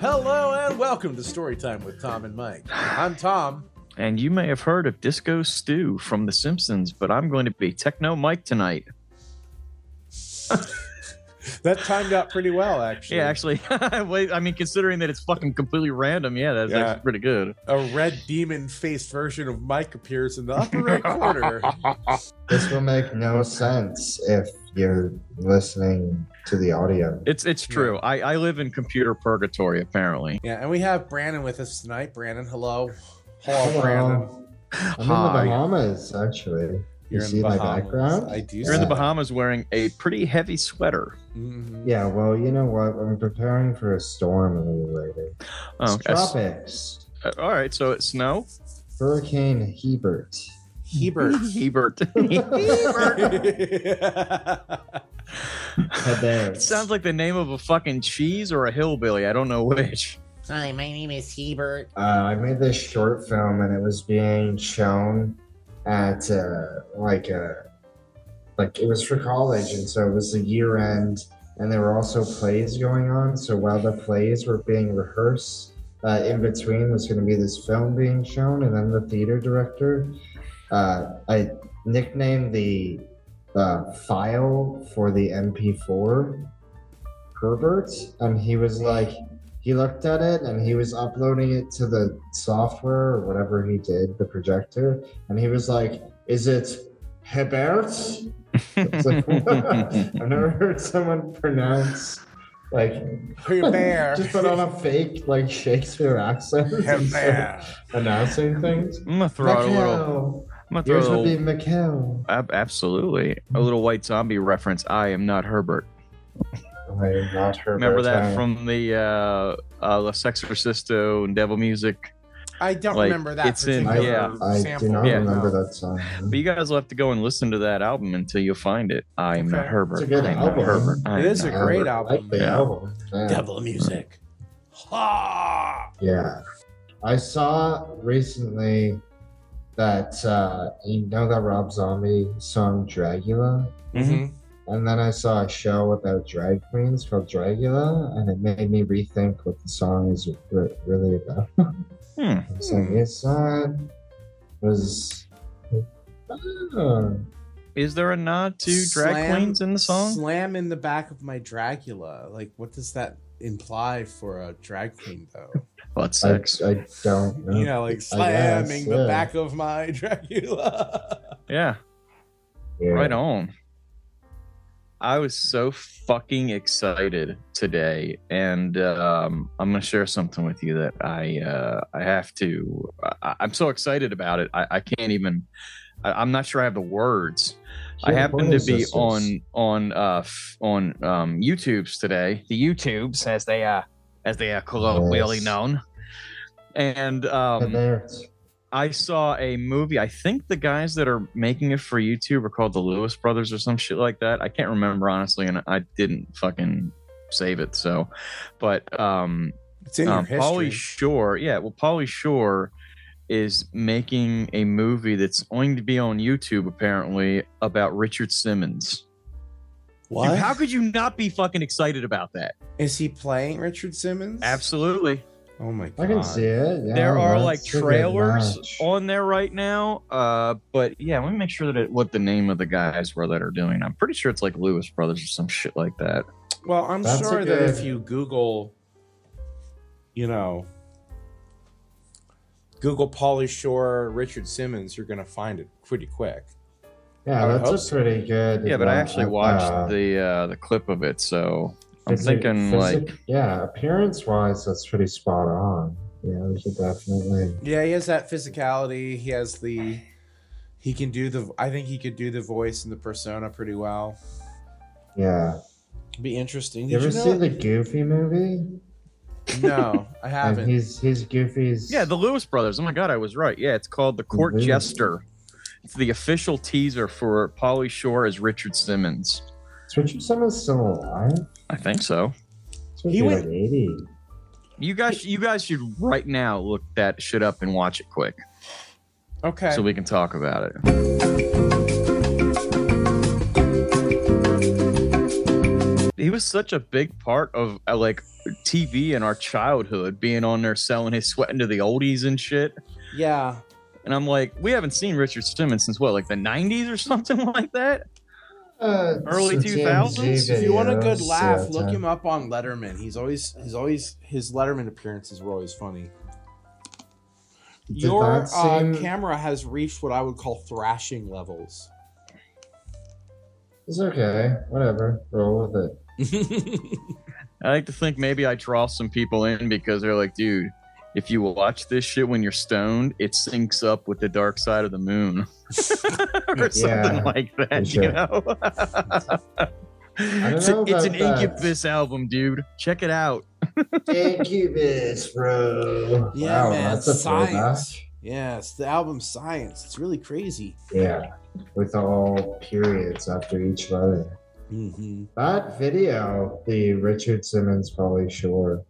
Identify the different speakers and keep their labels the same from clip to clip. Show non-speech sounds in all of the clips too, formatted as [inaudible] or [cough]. Speaker 1: Hello and welcome to Storytime with Tom and Mike. I'm Tom.
Speaker 2: And you may have heard of Disco Stew from The Simpsons, but I'm going to be Techno Mike tonight.
Speaker 1: That timed out pretty well, actually.
Speaker 2: Yeah, actually, [laughs] wait, I mean, considering that it's fucking completely random, yeah, that's
Speaker 1: Yeah.
Speaker 2: actually pretty good.
Speaker 1: A red demon faced version of Mike appears in the upper right
Speaker 2: [laughs]
Speaker 1: corner.
Speaker 3: This will make no sense if you're listening to the audio.
Speaker 2: It's it's true. I, I live in computer purgatory, apparently.
Speaker 1: Yeah, and we have Brandon with us tonight. Brandon, hello.
Speaker 3: Hello.
Speaker 1: Brandon.
Speaker 3: I'm
Speaker 2: Hi.
Speaker 3: in the Bahamas, actually. You
Speaker 1: in
Speaker 3: see
Speaker 1: the
Speaker 3: my
Speaker 1: Bahamas.
Speaker 3: background?
Speaker 1: I do.
Speaker 2: You're in the Bahamas wearing a pretty heavy sweater.
Speaker 1: Mhm.
Speaker 3: Yeah, well, you know what? I'm preparing for a storm a little later.
Speaker 2: Oh,
Speaker 3: It's
Speaker 2: okay.
Speaker 3: tropics.
Speaker 2: All right, so it's snow.
Speaker 3: Hurricane Hebert.
Speaker 1: [laughs] Hebert.
Speaker 2: Hebert.
Speaker 3: [laughs]
Speaker 1: Mm-hmm.
Speaker 2: [laughs]
Speaker 1: [laughs]
Speaker 3: Hebert.
Speaker 2: It sounds like the name of a fucking cheese or a hillbilly. I don't know which.
Speaker 4: Hi, my name is Hebert.
Speaker 3: uh, I made this short film and it was being shown at uh, like a like it was for college and so it was the year end and there were also plays going on so while the plays were being rehearsed uh, in between was going to be this film being shown and then the theater director uh, I nicknamed the uh, file for the MP4 Herbert and he was like he looked at it and he was uploading it to the software or whatever he did, the projector, and he was like, "Is it Hebert?"
Speaker 2: [laughs]
Speaker 3: It's like, [laughs] I've never heard someone pronounce like
Speaker 1: Hebert.
Speaker 3: [laughs] just put on a fake like Shakespeare accent and start
Speaker 1: Hebert.
Speaker 3: announcing things.
Speaker 2: I'm gonna throw out a little.
Speaker 3: Mikhail.
Speaker 2: I'm gonna throw
Speaker 3: Yours
Speaker 2: a
Speaker 3: would
Speaker 2: little
Speaker 3: be Mikhail.
Speaker 2: Ab- absolutely. A little white zombie reference. I am not Herbert.
Speaker 3: I am not Herbert.
Speaker 2: Remember
Speaker 3: I
Speaker 2: that
Speaker 3: am
Speaker 2: from the uh, uh, Los Exorcisto and Devil Music?
Speaker 1: I don't
Speaker 2: Like,
Speaker 1: remember that.
Speaker 2: it's in-
Speaker 1: particular
Speaker 2: yeah.
Speaker 3: I
Speaker 1: sample.
Speaker 3: do not
Speaker 2: Yeah.
Speaker 3: remember that song.
Speaker 2: But you guys will have to go and listen to that album until you find it. I am not
Speaker 1: Okay.
Speaker 2: Herbert.
Speaker 3: It's a good
Speaker 2: I am
Speaker 3: album.
Speaker 2: not Herbert. I
Speaker 1: It
Speaker 2: am
Speaker 1: is a
Speaker 2: not
Speaker 1: great
Speaker 2: Herbert.
Speaker 3: I
Speaker 1: album.
Speaker 3: Like the
Speaker 2: Yeah.
Speaker 3: album. Yeah.
Speaker 1: Devil music. Ha!
Speaker 3: Yeah. I saw recently that uh, you know that Rob Zombie song Dragula?
Speaker 2: Mhm.
Speaker 3: And then I saw a show about drag queens called Dragula, and it made me rethink what the song is re- really about. [laughs]
Speaker 2: Hmm.
Speaker 3: It's like, it's not. Was. Oh,
Speaker 2: Is there a nod to drag
Speaker 1: Slam-
Speaker 2: queens in the song?
Speaker 1: Slam in the back of my Dracula. Like, what does that imply for a drag queen, though?
Speaker 2: Butt
Speaker 3: I,
Speaker 2: sex.
Speaker 3: [laughs] I don't know.
Speaker 1: You know, like slamming
Speaker 3: guess,
Speaker 1: the
Speaker 3: yeah.
Speaker 1: back of my [laughs] Dracula.
Speaker 2: yeah,
Speaker 3: Yeah.
Speaker 2: right on. I was so fucking excited today, and um, I'm gonna share something with you that I uh, I have to. I, I'm so excited about it. I, I can't even. I, I'm not sure I have the words. I
Speaker 3: Yeah,
Speaker 2: happen
Speaker 3: what
Speaker 2: to
Speaker 3: is
Speaker 2: be
Speaker 3: this?
Speaker 2: on on uh f- on um YouTube's today. The YouTubes as they are as they are colloquially
Speaker 3: Yes.
Speaker 2: known. And
Speaker 3: And
Speaker 2: um
Speaker 3: there it's-
Speaker 2: I saw a movie. I think the guys that are making it for YouTube are called the Lewis Brothers or some shit like that. I can't remember honestly and I didn't fucking save it. So, but um
Speaker 1: It's in
Speaker 2: um,
Speaker 1: your
Speaker 2: Pauly
Speaker 1: history.
Speaker 2: Shore, yeah. Well, Polly Shore is making a movie that's going to be on YouTube apparently about Richard Simmons. Dude,
Speaker 1: what?
Speaker 2: how could you not be fucking excited about that?
Speaker 1: Is he playing Richard Simmons?
Speaker 2: Absolutely.
Speaker 1: Oh my god.
Speaker 3: I can see it. yeah,
Speaker 2: uh, there are
Speaker 3: that's
Speaker 2: like
Speaker 3: a good
Speaker 2: trailers
Speaker 3: match.
Speaker 2: on there right now. Uh, but yeah, let me make sure that it, what the name of the guys were that are doing. I'm pretty sure it's like Lewis Brothers or some shit like that.
Speaker 1: Well, I'm
Speaker 3: That's a
Speaker 1: sure that if
Speaker 3: good-
Speaker 1: you Google, you know, Google Pauly Shore, Richard Simmons, you're gonna find it pretty quick. I
Speaker 3: Yeah,
Speaker 1: would hope
Speaker 3: that's a
Speaker 1: so.
Speaker 3: pretty good.
Speaker 2: Yeah, but I
Speaker 3: uh,
Speaker 2: actually
Speaker 3: uh,
Speaker 2: watched
Speaker 3: uh,
Speaker 2: the uh, the clip of it, so I'm
Speaker 3: physi-
Speaker 2: thinking
Speaker 3: physi-
Speaker 2: like
Speaker 3: yeah, appearance wise, that's pretty spot on. Yeah, we should definitely.
Speaker 1: Yeah, he has that physicality. He has the. He can do the. I think he could do the voice and the persona pretty well.
Speaker 3: Yeah.
Speaker 1: Be interesting.
Speaker 3: You
Speaker 1: Did
Speaker 3: ever
Speaker 1: you
Speaker 3: see
Speaker 1: know?
Speaker 3: the Goofy movie?
Speaker 1: No, I
Speaker 3: [laughs] And
Speaker 1: haven't.
Speaker 3: he's he's Goofy's.
Speaker 2: Yeah, the Lewis Brothers. Oh my God, I was right. Yeah, it's called The Court
Speaker 3: Really?
Speaker 2: Jester. It's the official teaser for Polly Shore as Richard Simmons.
Speaker 3: is Richard Simmons still alive?
Speaker 2: I think so.
Speaker 3: He,
Speaker 1: He
Speaker 3: he
Speaker 1: went-
Speaker 3: like eighty.
Speaker 2: You guys, you guys should right now look that shit up and watch it quick,
Speaker 1: Okay.
Speaker 2: so we can talk about it. he was such a big part of uh, like TV in our childhood, being on there selling his sweat into the oldies and shit.
Speaker 1: Yeah.
Speaker 2: And I'm like, we haven't seen Richard Simmons since what, like the '90s or [laughs] something like that.
Speaker 3: Uh,
Speaker 2: Early
Speaker 3: some
Speaker 2: 2000s?
Speaker 3: TMZ
Speaker 1: If you want a
Speaker 3: videos,
Speaker 1: good laugh,
Speaker 3: yeah,
Speaker 1: look
Speaker 3: time.
Speaker 1: him up on Letterman. He's always he's always his Letterman appearances were always funny.
Speaker 3: Did
Speaker 1: Your
Speaker 3: that
Speaker 1: uh,
Speaker 3: seem-
Speaker 1: camera has reached what I would call thrashing levels.
Speaker 3: It's okay. Whatever. Roll with it.
Speaker 2: I like to think maybe I draw some people in because they're like, dude, if you watch this shit when you're stoned, it syncs up with the dark side of the moon, [laughs] or something
Speaker 3: Yeah,
Speaker 2: like
Speaker 3: for
Speaker 2: that.
Speaker 3: sure.
Speaker 2: You know, [laughs] it's,
Speaker 3: know
Speaker 2: a- it's
Speaker 3: about
Speaker 2: an
Speaker 3: that.
Speaker 2: Incubus album, dude. Check it out.
Speaker 3: Incubus, bro.
Speaker 1: Yeah,
Speaker 3: wow,
Speaker 1: man.
Speaker 3: That's a
Speaker 1: Science.
Speaker 3: throwback.
Speaker 1: Yeah, it's the album Science. It's really crazy.
Speaker 3: Yeah, with all periods after each letter.
Speaker 1: hmm
Speaker 3: That video, the Richard Simmons Polly Shore.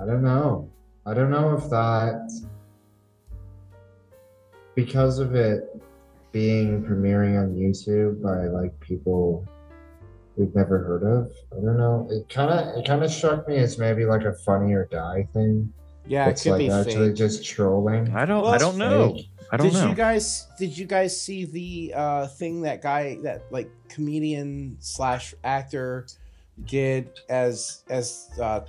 Speaker 3: I don't know. I don't know if that because of it being premiering on YouTube by like people we've never heard of. I don't know. It kind of it kind of struck me as maybe like a funny or die thing.
Speaker 1: Yeah,
Speaker 3: it's
Speaker 1: it could
Speaker 3: like
Speaker 1: be
Speaker 3: actually
Speaker 1: fake.
Speaker 3: just trolling.
Speaker 2: I don't.
Speaker 1: Well,
Speaker 2: I don't know.
Speaker 3: Fake.
Speaker 2: I don't
Speaker 1: did
Speaker 2: know.
Speaker 1: you guys did you guys see the uh thing that guy that like comedian slash actor did as as uh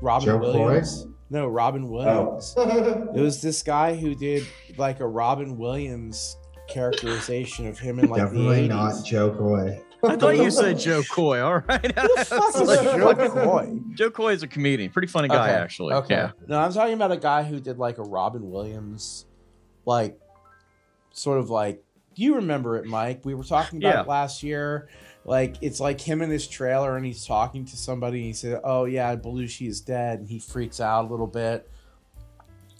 Speaker 1: Robin
Speaker 3: Joe Oh.
Speaker 1: Williams? No, Robin Williams. It
Speaker 3: Floyd.
Speaker 1: was this guy who did like a Robin Williams characterization of him in like
Speaker 3: Definitely
Speaker 1: the 80s.
Speaker 3: not Joe Coy.
Speaker 2: I thought you
Speaker 3: [laughs]
Speaker 2: said Joe Coy. All right.
Speaker 1: [laughs] Who the fuck
Speaker 2: I was
Speaker 1: is
Speaker 2: [laughs] like,
Speaker 1: Joe
Speaker 2: fuck.
Speaker 1: Coy?
Speaker 2: Joe Coy is a comedian, pretty funny guy
Speaker 1: Okay,
Speaker 2: actually.
Speaker 1: Okay.
Speaker 2: Yeah.
Speaker 1: No, I'm talking about a guy who did like a Robin Williams, like, sort of like you remember it, Mike. We were talking about
Speaker 2: Yeah.
Speaker 1: it last year. Like it's like him in his trailer, and he's talking to somebody, and he said, "Oh yeah, Belushi is dead," and he freaks out a little bit,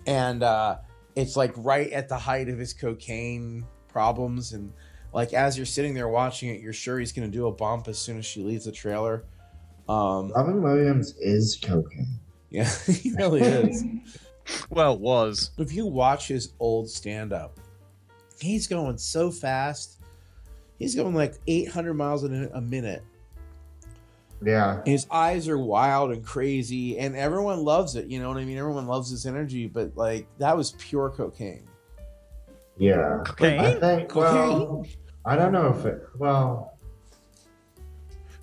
Speaker 1: and uh, it's like right at the height of his cocaine problems, and like as you're sitting there watching it, you're sure he's gonna do a bump as soon as she leaves the trailer. Um,
Speaker 3: Robin Williams is cocaine.
Speaker 1: yeah, [laughs] he really is.
Speaker 2: Well, was
Speaker 1: if you watch his old stand up, he's going so fast. He's going like 800 miles in a minute.
Speaker 3: Yeah.
Speaker 1: His eyes are wild and crazy, and everyone loves it. You know what I mean? Everyone loves his energy, but like that was pure cocaine.
Speaker 3: Yeah. I
Speaker 2: cocaine.
Speaker 3: think, well, I don't know if it, well,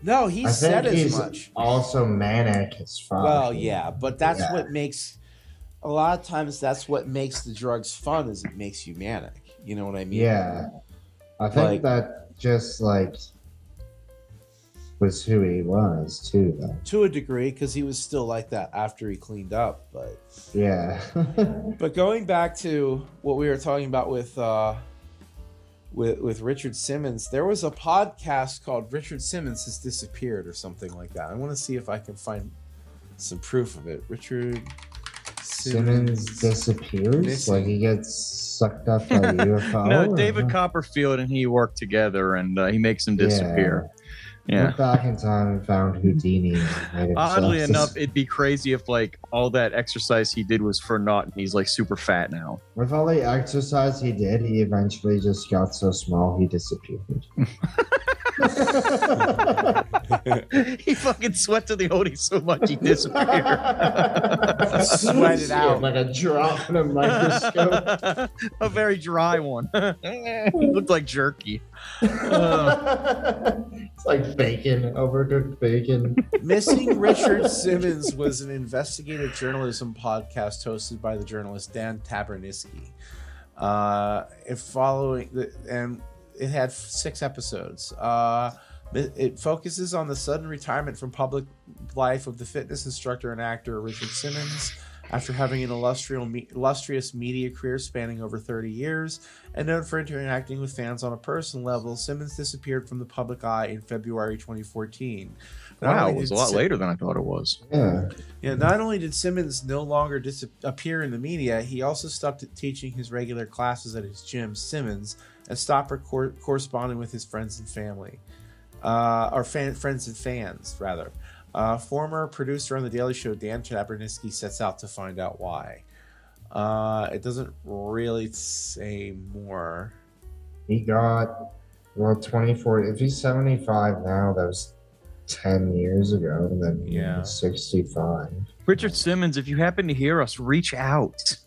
Speaker 1: No, he
Speaker 3: I
Speaker 1: said
Speaker 3: think
Speaker 1: as
Speaker 3: he's
Speaker 1: much.
Speaker 3: also manic as fuck.
Speaker 1: Well, yeah, but that's
Speaker 3: Yeah.
Speaker 1: what makes a lot of times that's what makes the drugs fun is it makes you manic. You know what I mean?
Speaker 3: Yeah. I think
Speaker 1: Like-
Speaker 3: that just like was who he was too, though.
Speaker 1: To a degree, because he was still like that after he cleaned up, but
Speaker 3: Yeah. [laughs]
Speaker 1: But going back to what we were talking about with uh, with with Richard Simmons, there was a podcast called "Richard Simmons Has Disappeared" or something like that. I want to see if I can find some proof of it. Richard
Speaker 3: Simmons disappears?
Speaker 1: Missing.
Speaker 3: Like he gets sucked up by Oh,
Speaker 1: [laughs]
Speaker 3: a
Speaker 2: [laughs]
Speaker 3: UFO?
Speaker 2: No,
Speaker 3: or
Speaker 2: David
Speaker 3: what?
Speaker 2: Copperfield and he work together, and uh, he makes him
Speaker 3: Yeah.
Speaker 2: disappear. Yeah.
Speaker 3: Went back in time and found Houdini. and made himself
Speaker 2: Oddly
Speaker 3: dis-
Speaker 2: enough, it'd be crazy if like all that exercise he did was for naught, and he's like super fat now. [laughs]
Speaker 3: With all the exercise he did, he eventually just got so small he disappeared.
Speaker 2: he fucking sweat to the oldies so much he
Speaker 3: [laughs]
Speaker 2: disappeared.
Speaker 1: Sweat it out.
Speaker 3: like a drop in a
Speaker 2: [laughs]
Speaker 3: microscope. [laughs]
Speaker 2: a very dry one. [laughs] he looked like jerky.
Speaker 3: it's like bacon, overcooked bacon.
Speaker 1: Missing Richard Simmons was an investigative journalism podcast hosted by the journalist Dan Tabernisky. Uh, it following the, and it had six episodes. Uh, it, it focuses on the sudden retirement from public life of the fitness instructor and actor Richard Simmons after having an illustrious, me- illustrious media career spanning over 30 years and known for interacting with fans on a personal level. Simmons disappeared from the public eye in February 2014. Not
Speaker 2: Wow,
Speaker 1: only
Speaker 2: it was a
Speaker 1: did
Speaker 2: lot
Speaker 1: Sim-
Speaker 2: later than I thought it was.
Speaker 3: Yeah.
Speaker 1: Yeah, not only did Simmons no longer disappear in the media, he also stopped teaching his regular classes at his gym, Simmons, and stopped recor- corresponding with his friends and family, uh, or fan- friends and fans, rather. Uh, former producer on The Daily Show, Dan Chabernisky, sets out to find out why. Uh, it doesn't really say more.
Speaker 3: He got, well, 24. If he's 75 now, that was ten years ago than
Speaker 1: Yeah.
Speaker 3: sixty-five.
Speaker 2: Richard Simmons, if you happen to hear us, reach out.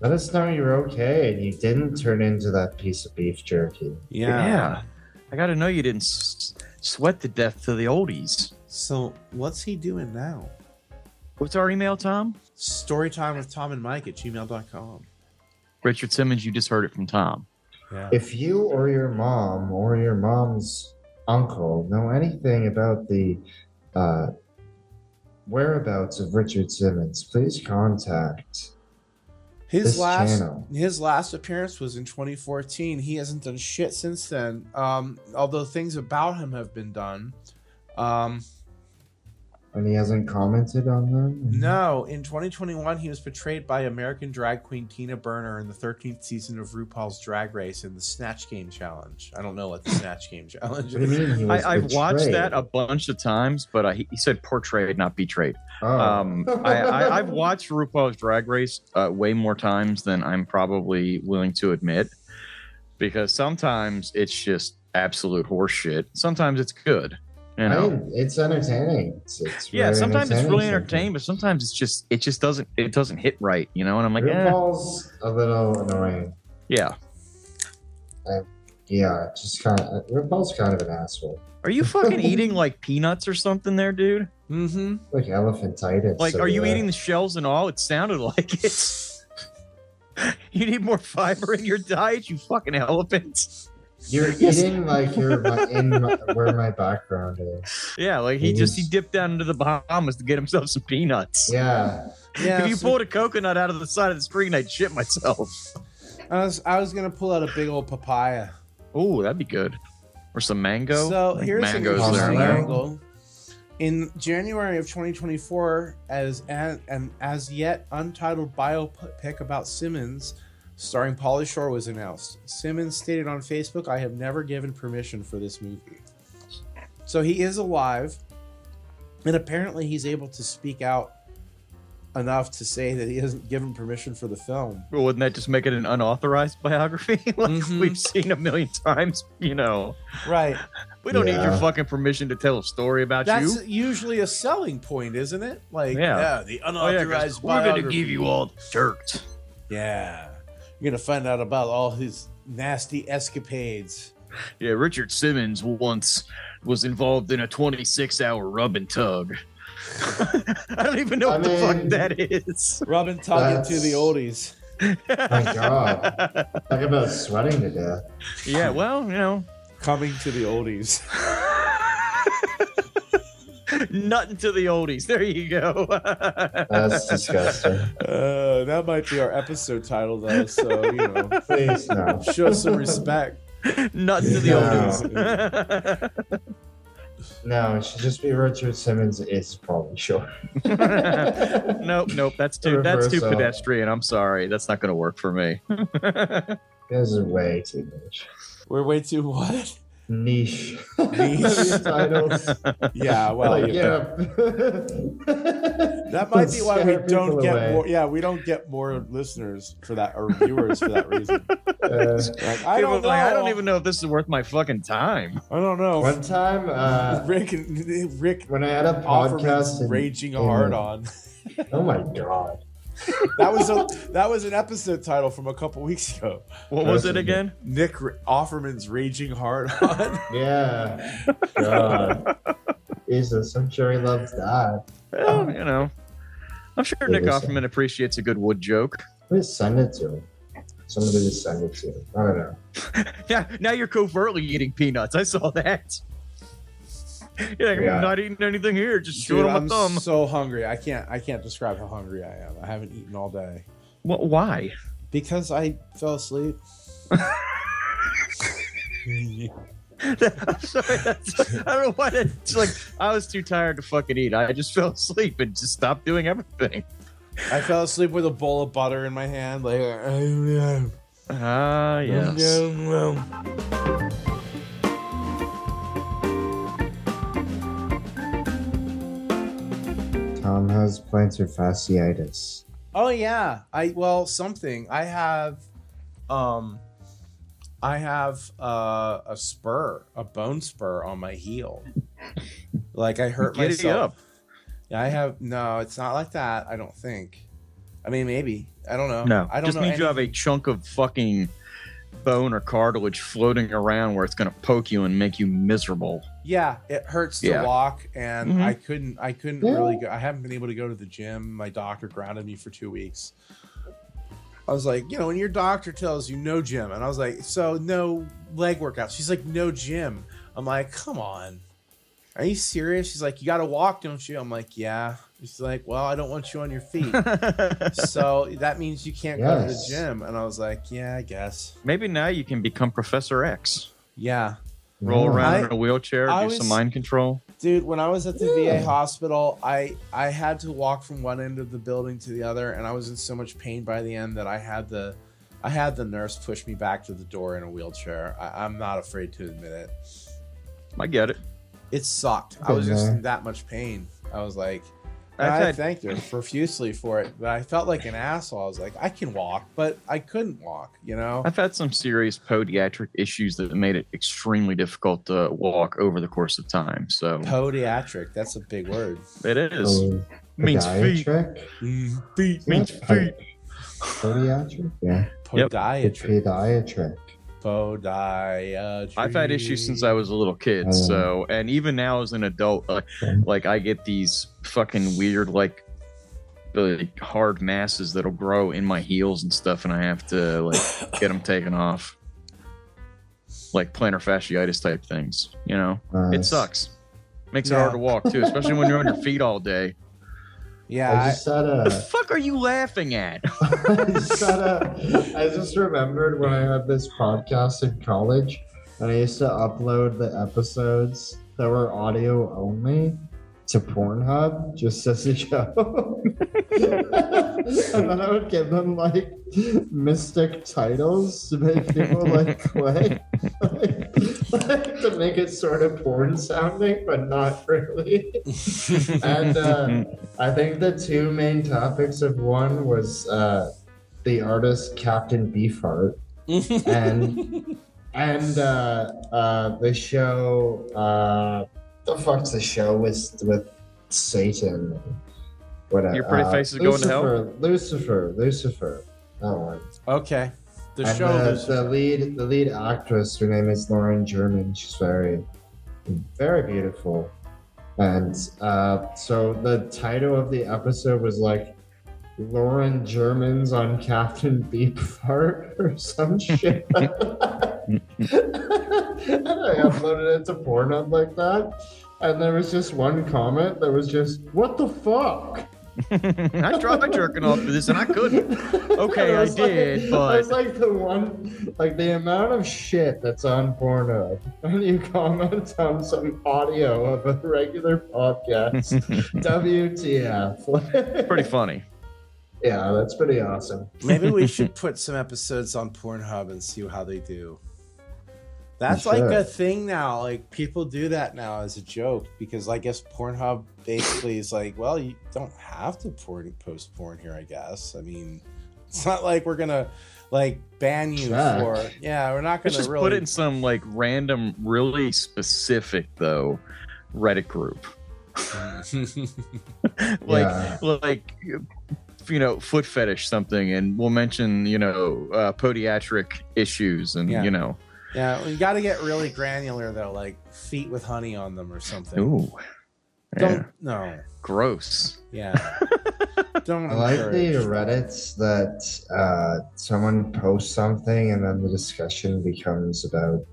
Speaker 3: Let us know you're okay and you didn't turn into that piece of beef jerky.
Speaker 2: Yeah.
Speaker 1: Yeah.
Speaker 2: I got to know you didn't s- sweat to death to the oldies.
Speaker 1: So what's he doing now?
Speaker 2: What's our email, Tom?
Speaker 1: Storytime with Tom and Mike at gmail.com.
Speaker 2: Richard Simmons, you just heard it from Tom.
Speaker 1: Yeah.
Speaker 3: If you or your mom or your mom's uncle know anything about the uh, whereabouts of Richard Simmons, please contact
Speaker 1: His
Speaker 3: this
Speaker 1: last
Speaker 3: channel.
Speaker 1: his last appearance was in 2014. He hasn't done shit since then. Um, although things about him have been done. Um,
Speaker 3: And he hasn't commented on them?
Speaker 1: no, in 2021 he was portrayed by American drag queen Tina Burner in the 13th season of RuPaul's Drag Race in the Snatch Game Challenge. I don't know what the Snatch Game Challenge
Speaker 3: What do you [laughs]
Speaker 1: is.
Speaker 3: mean he was
Speaker 2: I, I've watched
Speaker 3: betrayed?
Speaker 2: that a bunch of times, but uh, he, he said portrayed, not betrayed.
Speaker 3: Oh.
Speaker 2: Um, I, I, I've watched RuPaul's Drag Race uh, way more times than I'm probably willing to admit, because sometimes it's just absolute horseshit. Sometimes it's good, you
Speaker 3: I
Speaker 2: know.
Speaker 3: mean, it's entertaining. It's, it's
Speaker 2: yeah,
Speaker 3: really
Speaker 2: sometimes it's really entertaining, but
Speaker 3: sometimes.
Speaker 2: sometimes it's just it just doesn't it doesn't hit right, you know. And I'm like, eh,
Speaker 3: RuPaul's a little annoying.
Speaker 2: yeah.
Speaker 3: Yeah, just kind of. RuPaul's kind of an asshole.
Speaker 2: Are you fucking eating like peanuts or something there, dude?
Speaker 1: Mm-hmm.
Speaker 3: Like elephantitis.
Speaker 2: Like,
Speaker 3: over
Speaker 2: are you
Speaker 3: there.
Speaker 2: eating the shells and all? It sounded like it. [laughs] you need more fiber in your diet, you fucking elephant.
Speaker 3: You're eating like you're my, in my, where my background is.
Speaker 2: Yeah, like he just he dipped down into the Bahamas to get himself some peanuts.
Speaker 3: Yeah,
Speaker 1: Yeah,
Speaker 2: if you
Speaker 1: so-
Speaker 2: pulled a coconut out of the side of the screen, I'd shit myself.
Speaker 1: I was I was gonna pull out a big old papaya.
Speaker 2: Oh, that'd be good. Or some mango.
Speaker 1: So
Speaker 2: Like,
Speaker 1: here's an
Speaker 2: mangoes there.
Speaker 1: interesting
Speaker 3: there.
Speaker 1: angle. In January of 2024, as an, an as yet untitled biopic about Simmons, starring Polly Shore, was announced. Simmons stated on Facebook, "I have never given permission for this movie." So he is alive, and apparently he's able to speak out enough to say that he hasn't given permission for the film.
Speaker 2: Well, wouldn't that just make it an unauthorized [laughs] biography? like
Speaker 1: Mhm.
Speaker 2: we've seen a million times, you know.
Speaker 1: Right.
Speaker 2: We don't need your
Speaker 3: Yeah.
Speaker 2: fucking permission to tell a story about you.
Speaker 1: That's usually a selling point, isn't it? Like,
Speaker 2: Yeah.
Speaker 1: yeah, the
Speaker 2: Oh, yeah, 'cause
Speaker 1: unauthorized
Speaker 2: we're gonna
Speaker 1: biography.
Speaker 2: give you all the dirt.
Speaker 1: Yeah. You're going to find out about all his nasty escapades.
Speaker 2: Yeah, Richard Simmons once was involved in a 26 hour rub and tug. [laughs] I don't even know
Speaker 3: I
Speaker 2: what the fuck
Speaker 3: mean-
Speaker 2: that is. [laughs]
Speaker 1: Robin talking to
Speaker 3: That's-
Speaker 1: the oldies. [laughs]
Speaker 3: my God. talk about sweating to death.
Speaker 2: yeah, well, you know, [laughs]
Speaker 1: Coming to the oldies.
Speaker 2: nothing to the oldies. There you go. [laughs]
Speaker 3: That's disgusting.
Speaker 1: Uh, that might be our episode title, though. So, you know,
Speaker 3: Please no.
Speaker 1: show some respect.
Speaker 2: nothing to the
Speaker 3: No.
Speaker 2: oldies.
Speaker 3: No, it should just be Richard Simmons is
Speaker 1: [laughs]
Speaker 3: probably sure.
Speaker 2: [laughs] nope, nope. That's too that's too
Speaker 3: Reverse, uh,
Speaker 2: pedestrian. I'm sorry. That's not gonna work for me.
Speaker 3: This is way too much.
Speaker 1: We're way too what?
Speaker 3: Niche.
Speaker 1: Niche.
Speaker 3: [laughs] titles.
Speaker 1: Yeah, well,
Speaker 3: Like,
Speaker 1: you know.
Speaker 3: Oh, yeah.
Speaker 1: That might be why we
Speaker 3: Scare
Speaker 1: don't
Speaker 3: people
Speaker 1: get
Speaker 3: away.
Speaker 1: more. Yeah, we don't get more listeners for that or viewers for that reason. [laughs]
Speaker 3: Uh,
Speaker 1: Like, I
Speaker 2: People
Speaker 1: don't know.
Speaker 2: like, I don't even know if this is worth my fucking time.
Speaker 1: I don't know.
Speaker 3: one time, uh,
Speaker 1: Rick and Rick
Speaker 3: when I had a podcast,
Speaker 1: Offerman's
Speaker 3: in-
Speaker 1: raging
Speaker 3: in-
Speaker 1: hard on.
Speaker 3: Oh my god!
Speaker 1: That was a that was an episode title from a couple weeks ago.
Speaker 2: What was it
Speaker 3: Listen,
Speaker 2: again?
Speaker 1: Nick R- Offerman's raging hard
Speaker 2: [laughs]
Speaker 1: on.
Speaker 3: Yeah, god. Jesus, I'm sure he loves that.
Speaker 2: Well, you know. I'm sure
Speaker 3: It
Speaker 2: Nick
Speaker 3: is-
Speaker 2: Offerman appreciates a good wood joke. [laughs]
Speaker 3: Please send it to him. Somebody just send it to him. I don't know.
Speaker 2: Yeah, now you're covertly eating peanuts. I saw that. Yeah, I'm
Speaker 3: Yeah.
Speaker 2: not eating anything here, just
Speaker 1: Dude,
Speaker 2: chewing on
Speaker 1: I'm
Speaker 2: my thumb.
Speaker 1: so hungry. I can't I can't describe how hungry I am. I haven't eaten all day
Speaker 2: Wh- why? [laughs]
Speaker 1: because I fell asleep.
Speaker 2: I'm sorry, that's, I don't know why that's like I was too tired to fucking eat. I just [laughs] fell asleep and just stopped doing everything.
Speaker 1: I fell asleep with a bowl of butter in my hand. Like I don't know.
Speaker 2: Ah, yes.
Speaker 3: Tom has plantar fasciitis.
Speaker 1: [laughs] Oh yeah. I well something. I have um I have uh, a spur, a bone spur on my heel. Like I hurt
Speaker 2: Giddy
Speaker 1: myself.
Speaker 2: up.
Speaker 1: Yeah, I have no. It's not like that. I don't think. I mean, maybe. I don't know.
Speaker 2: No,
Speaker 1: I don't
Speaker 2: just
Speaker 1: know
Speaker 2: means you have a chunk of fucking bone or cartilage floating around where it's going to poke you and make you [laughs] miserable.
Speaker 1: Yeah, it hurts to
Speaker 2: Yeah.
Speaker 1: walk, and
Speaker 2: Mhm.
Speaker 1: I couldn't. I couldn't
Speaker 3: Yeah.
Speaker 1: really go. I haven't been able to go to the gym. My doctor grounded me for two weeks. I was like, you know, when your doctor tells you no gym, and I was like, so no leg workouts. She's like, no gym. I'm like, come on, are you serious? She's like, you got to walk, don't you? I'm like, yeah. She's like, well, I don't want you on your
Speaker 3: [laughs]
Speaker 1: feet, so that means you can't go to the
Speaker 3: Yes.
Speaker 1: gym. And I was like, yeah, I guess,
Speaker 2: Maybe now you can become Professor X.
Speaker 1: yeah.
Speaker 2: Roll
Speaker 3: Yeah.
Speaker 2: around
Speaker 1: I-
Speaker 2: in a wheelchair,
Speaker 1: I
Speaker 2: do
Speaker 1: was-
Speaker 2: some mind control.
Speaker 1: dude when i was at the
Speaker 3: Yeah.
Speaker 1: va hospital i i had to walk from one end of the building to the other and i was in so much pain by the end that i had the i had the nurse push me back to the door in a wheelchair I, i'm not afraid to admit it
Speaker 2: I get it.
Speaker 1: it sucked i was
Speaker 3: Good
Speaker 1: just
Speaker 3: man.
Speaker 1: in that much pain i was like and
Speaker 2: I've
Speaker 1: I
Speaker 2: had,
Speaker 1: thanked her profusely for it, but I felt like an asshole. I was like, I can walk, but I couldn't walk, you know?
Speaker 2: I've had some serious podiatric issues that made it extremely difficult to walk over the course of time. So
Speaker 1: Podiatric, that's a big word.
Speaker 2: it is.
Speaker 3: Oh,
Speaker 2: Means feet.
Speaker 3: podiatric?
Speaker 1: Feet.
Speaker 2: Means
Speaker 3: Yeah.
Speaker 2: feet.
Speaker 3: Podiatric? Yeah.
Speaker 2: Yep.
Speaker 1: Podiatric.
Speaker 3: Podiatric.
Speaker 1: Podiatry.
Speaker 2: I've had issues since I was a little kid.
Speaker 3: Mm.
Speaker 2: So, and even now as an adult, like,
Speaker 3: Mm.
Speaker 2: like I get these fucking weird, like, like hard masses that'll grow in my heels and stuff, and I have to like get them taken off, like plantar fasciitis type things. You know, it
Speaker 3: Nice.
Speaker 2: sucks. Makes it
Speaker 1: Yeah.
Speaker 2: hard to walk too, especially when you're on your feet all day.
Speaker 1: Yeah,
Speaker 3: I
Speaker 1: I-
Speaker 3: just had
Speaker 2: The
Speaker 3: a.
Speaker 2: fuck are you laughing at? [laughs]
Speaker 3: [laughs] I just had a. I just remembered when I had this podcast in college, and I used to upload the episodes that were audio only to Pornhub just as a [laughs] joke. and then I would give them like mystic titles to make people like click, [laughs] like, to make it sort of porn sounding, but not really. and uh, I think the two main topics of one was uh, the artist Captain Beefheart and and uh, uh, the show. Uh, the fuck's the show with with Satan? Whatever. Uh,
Speaker 2: Your pretty face is going to hell?
Speaker 3: Lucifer, Lucifer, Lucifer. That one.
Speaker 1: [laughs] Okay. The
Speaker 3: And
Speaker 1: show is
Speaker 3: the, the lead the lead actress her name is lauren german she's very very beautiful and uh, so the title of the episode was like lauren german's on captain [laughs] beefheart or some shit [laughs] and i uploaded it to pornhub like that and there was just one comment that was just what the fuck
Speaker 2: I tried jerking off to this and I
Speaker 3: [laughs]
Speaker 2: couldn't. Okay,
Speaker 3: It
Speaker 2: I
Speaker 3: was like-
Speaker 2: did, but-
Speaker 3: it was like the one, like the amount of shit that's on Pornhub, [laughs] and you comment on some audio of a regular
Speaker 2: [laughs]
Speaker 3: podcast. WTF?
Speaker 2: Pretty funny.
Speaker 3: [laughs] yeah, that's pretty awesome.
Speaker 1: maybe we should put some episodes on Pornhub and see how they do. That's
Speaker 3: We
Speaker 1: like a
Speaker 3: should.
Speaker 1: thing now. Like people do that now as a joke because I guess Pornhub basically is like, well, you don't have to porn post porn here. I guess. I mean, it's not like we're gonna like ban you
Speaker 3: Fuck.
Speaker 1: for. Yeah, we're not
Speaker 2: Let's
Speaker 1: gonna
Speaker 2: just
Speaker 1: really.
Speaker 2: put it in some like random, really specific though Reddit group. like
Speaker 3: Yeah.
Speaker 2: like you know, foot fetish something, and we'll mention you know uh, podiatric issues, and
Speaker 1: Yeah.
Speaker 2: you know,
Speaker 1: [laughs] yeah, we got to get really granular though, like feet with honey on them or something.
Speaker 2: ooh,
Speaker 1: Don't
Speaker 2: Yeah.
Speaker 1: no.
Speaker 2: gross.
Speaker 1: Yeah. Don't
Speaker 3: I like the
Speaker 1: encourage.
Speaker 3: Reddits that uh, someone posts something and then the discussion becomes about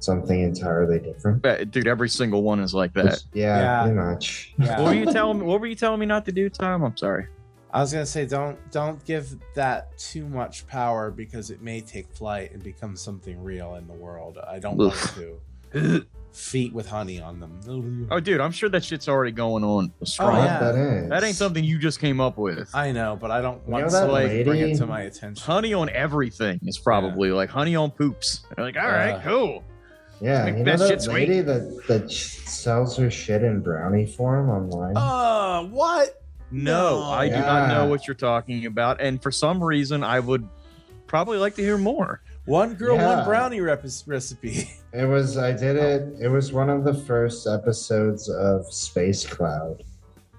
Speaker 3: something entirely different.
Speaker 2: But, dude, every single one is like that.
Speaker 3: Yeah,
Speaker 1: Yeah.
Speaker 3: pretty much.
Speaker 1: Yeah.
Speaker 2: What were you telling me? What were you telling me not to do, Tom? I'm sorry.
Speaker 1: I was gonna say don't don't give that too much power because it may take flight and become something real in the world. I don't want
Speaker 2: Oof.
Speaker 1: to. Feet with honey on them.
Speaker 2: Oh, dude, I'm sure that shit's already going on strong.
Speaker 1: Oh, yeah.
Speaker 3: That is.
Speaker 2: That ain't something you just came up with.
Speaker 1: I know, but I don't
Speaker 3: You
Speaker 1: want
Speaker 3: know
Speaker 1: to
Speaker 3: that
Speaker 1: like bring it
Speaker 3: lady?
Speaker 1: to my attention.
Speaker 2: honey on everything is probably like honey on poops. They're like, all right,
Speaker 1: Yeah.
Speaker 2: cool.
Speaker 3: Yeah,
Speaker 2: Make
Speaker 3: you know
Speaker 2: that
Speaker 3: that
Speaker 2: shit sweet.
Speaker 3: lady that that sh- sells her shit in brownie form online.
Speaker 1: Uh, what?
Speaker 2: No,
Speaker 1: No.
Speaker 2: I do not
Speaker 3: Yeah.
Speaker 2: know what you're talking about. And for some reason, I would probably like to hear more.
Speaker 5: One girl,
Speaker 3: Yeah.
Speaker 5: one brownie rep-
Speaker 1: [laughs]
Speaker 5: recipe.
Speaker 3: It was I did it. It was one of the first episodes of Space Cloud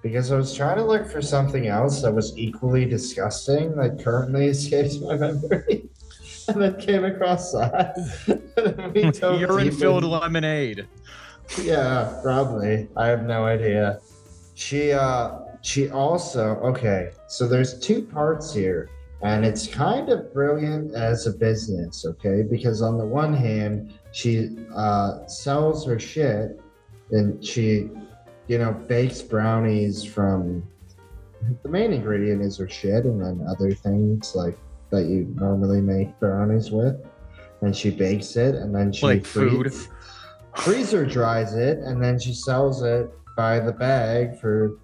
Speaker 3: because I was trying to look for something else that was equally disgusting that currently [laughs] escapes my memory, [laughs] and then came across that. [laughs] And we dove
Speaker 2: Urine
Speaker 3: deep
Speaker 2: filled
Speaker 3: in-
Speaker 2: lemonade.
Speaker 3: Yeah, probably. I have no idea. She uh she also okay, so there's two parts here and it's kind of brilliant as a business, okay? Because on the one hand, she uh sells her shit and she you know bakes brownies from the main ingredient is her shit and then other things like that you normally make brownies with. And she bakes it and then she
Speaker 2: Like
Speaker 3: free-
Speaker 2: food.
Speaker 3: freezer dries it and then she sells it by the bag for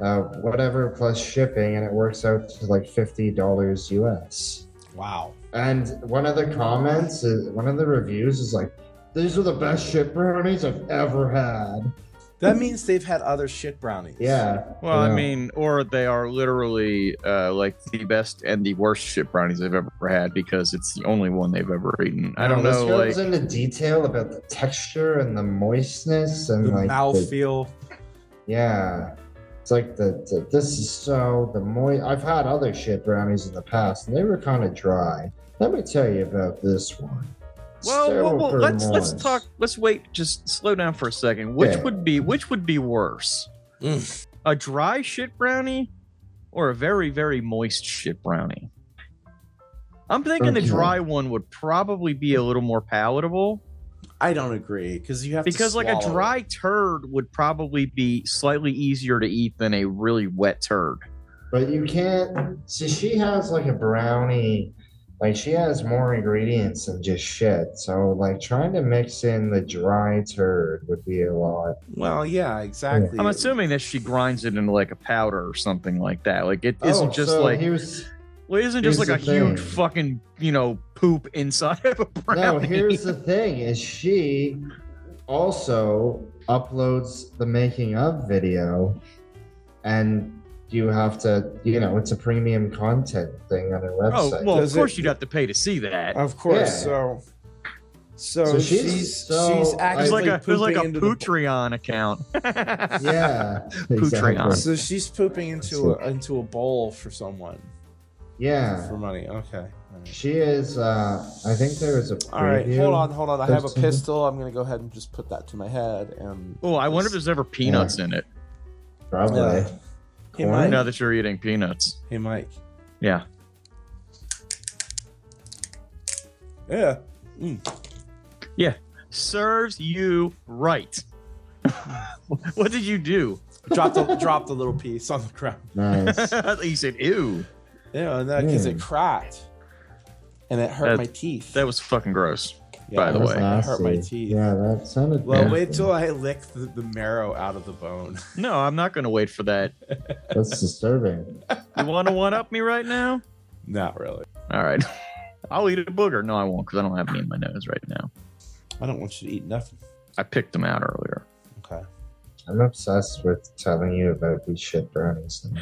Speaker 3: uh, whatever plus shipping and it works out to like $50 us
Speaker 5: Wow.
Speaker 3: and one of the comments is, one of the reviews is like these are the best shit brownies i've ever had
Speaker 5: That means they've had other shit brownies.
Speaker 3: yeah
Speaker 2: Well, I
Speaker 3: Yeah.
Speaker 2: mean, or they are literally uh, like the best and the worst shit brownies they've ever had because it's the only one they've ever eaten. I don't
Speaker 3: this
Speaker 2: know,
Speaker 3: goes
Speaker 2: like
Speaker 3: into detail about the texture and the moistness and
Speaker 5: The
Speaker 3: like the-
Speaker 5: mouthfeel.
Speaker 3: Yeah. It's like the, the this is so the moist. I've had other shit brownies in the past, and they were kind of dry. Let me tell you about this one. It's
Speaker 2: well, well, well
Speaker 3: super
Speaker 2: let's let's
Speaker 3: moist.
Speaker 2: talk. Let's wait. Just slow down for a second. Which
Speaker 3: Yeah.
Speaker 2: would be which would be worse,
Speaker 5: Mm.
Speaker 2: a dry shit brownie, or a very very moist shit brownie? I'm thinking the
Speaker 3: Okay.
Speaker 2: dry one would probably be a little more palatable
Speaker 5: I don't agree because you have
Speaker 2: because
Speaker 5: to
Speaker 2: like a
Speaker 5: swallow
Speaker 2: dry turd would probably be slightly easier to eat than a really wet turd.
Speaker 3: But you can't. See, she has like a brownie. Like she has more ingredients than just shit. So like trying to mix in the dry turd would be a lot.
Speaker 5: it. Well, yeah, exactly.
Speaker 2: I'm assuming that she grinds it into like a powder or something like that. Like it isn't
Speaker 3: Oh,
Speaker 2: just
Speaker 3: so
Speaker 2: like
Speaker 3: here's
Speaker 2: well, it isn't just
Speaker 3: here's
Speaker 2: like a
Speaker 3: the
Speaker 2: huge
Speaker 3: thing.
Speaker 2: fucking you know poop inside of a
Speaker 3: No,
Speaker 2: brownie.
Speaker 3: here's the thing: is she also uploads the making of video, and you have to, you know, it's a premium content thing on her
Speaker 2: oh
Speaker 3: website.
Speaker 2: well, of
Speaker 5: Does
Speaker 2: course
Speaker 5: it-
Speaker 2: you'd have to pay to see that.
Speaker 5: Of course.
Speaker 3: Yeah.
Speaker 5: So, so,
Speaker 3: So she's-
Speaker 5: she's she's,
Speaker 3: so I-
Speaker 2: There's
Speaker 5: actively
Speaker 2: like a there's like a
Speaker 5: pooping into the-
Speaker 2: Patreon account. [laughs]
Speaker 5: [laughs]
Speaker 3: yeah,
Speaker 2: Patreon.
Speaker 3: exactly.
Speaker 5: So she's pooping into a into a bowl for someone
Speaker 3: Yeah,
Speaker 5: for money. Okay. All right.
Speaker 3: she is. uh I think there was a.
Speaker 5: All right.
Speaker 3: preview.
Speaker 5: Hold on. Hold on. I have a
Speaker 3: Person.
Speaker 5: pistol. I'm gonna go ahead and just put that to my head and.
Speaker 2: Oh, I wonder if there's ever peanuts in it.
Speaker 3: Probably.
Speaker 5: Yeah. Hey Mike.
Speaker 2: Now that you're eating peanuts,
Speaker 5: Hey Mike.
Speaker 2: yeah.
Speaker 5: Yeah.
Speaker 2: serves you right. [laughs] what did you do? [laughs]
Speaker 5: dropped a, dropped a little piece on the ground. [laughs]
Speaker 3: Nice.
Speaker 2: he said, ew.
Speaker 5: Yeah, and that because it
Speaker 3: Hmm.
Speaker 5: cracked, and it hurt
Speaker 2: That-
Speaker 5: my teeth.
Speaker 2: That was fucking gross.
Speaker 5: Yeah,
Speaker 2: by the
Speaker 5: it
Speaker 2: way.
Speaker 5: hurt my
Speaker 3: nasty.
Speaker 5: teeth.
Speaker 3: Yeah, that sounded.
Speaker 5: Well,
Speaker 2: Yeah.
Speaker 5: wait till I lick the, the marrow out of the bone. [laughs]
Speaker 2: No, I'm not going to wait for that.
Speaker 3: That's disturbing.
Speaker 2: You want to one up me right now?
Speaker 5: Not really.
Speaker 2: All right. [laughs] I'll eat a booger. No, I won't because I don't have any in my nose right now.
Speaker 5: I don't want you to eat nothing.
Speaker 2: I picked them out earlier.
Speaker 5: Okay.
Speaker 3: I'm obsessed with telling you about these shit brownies. and-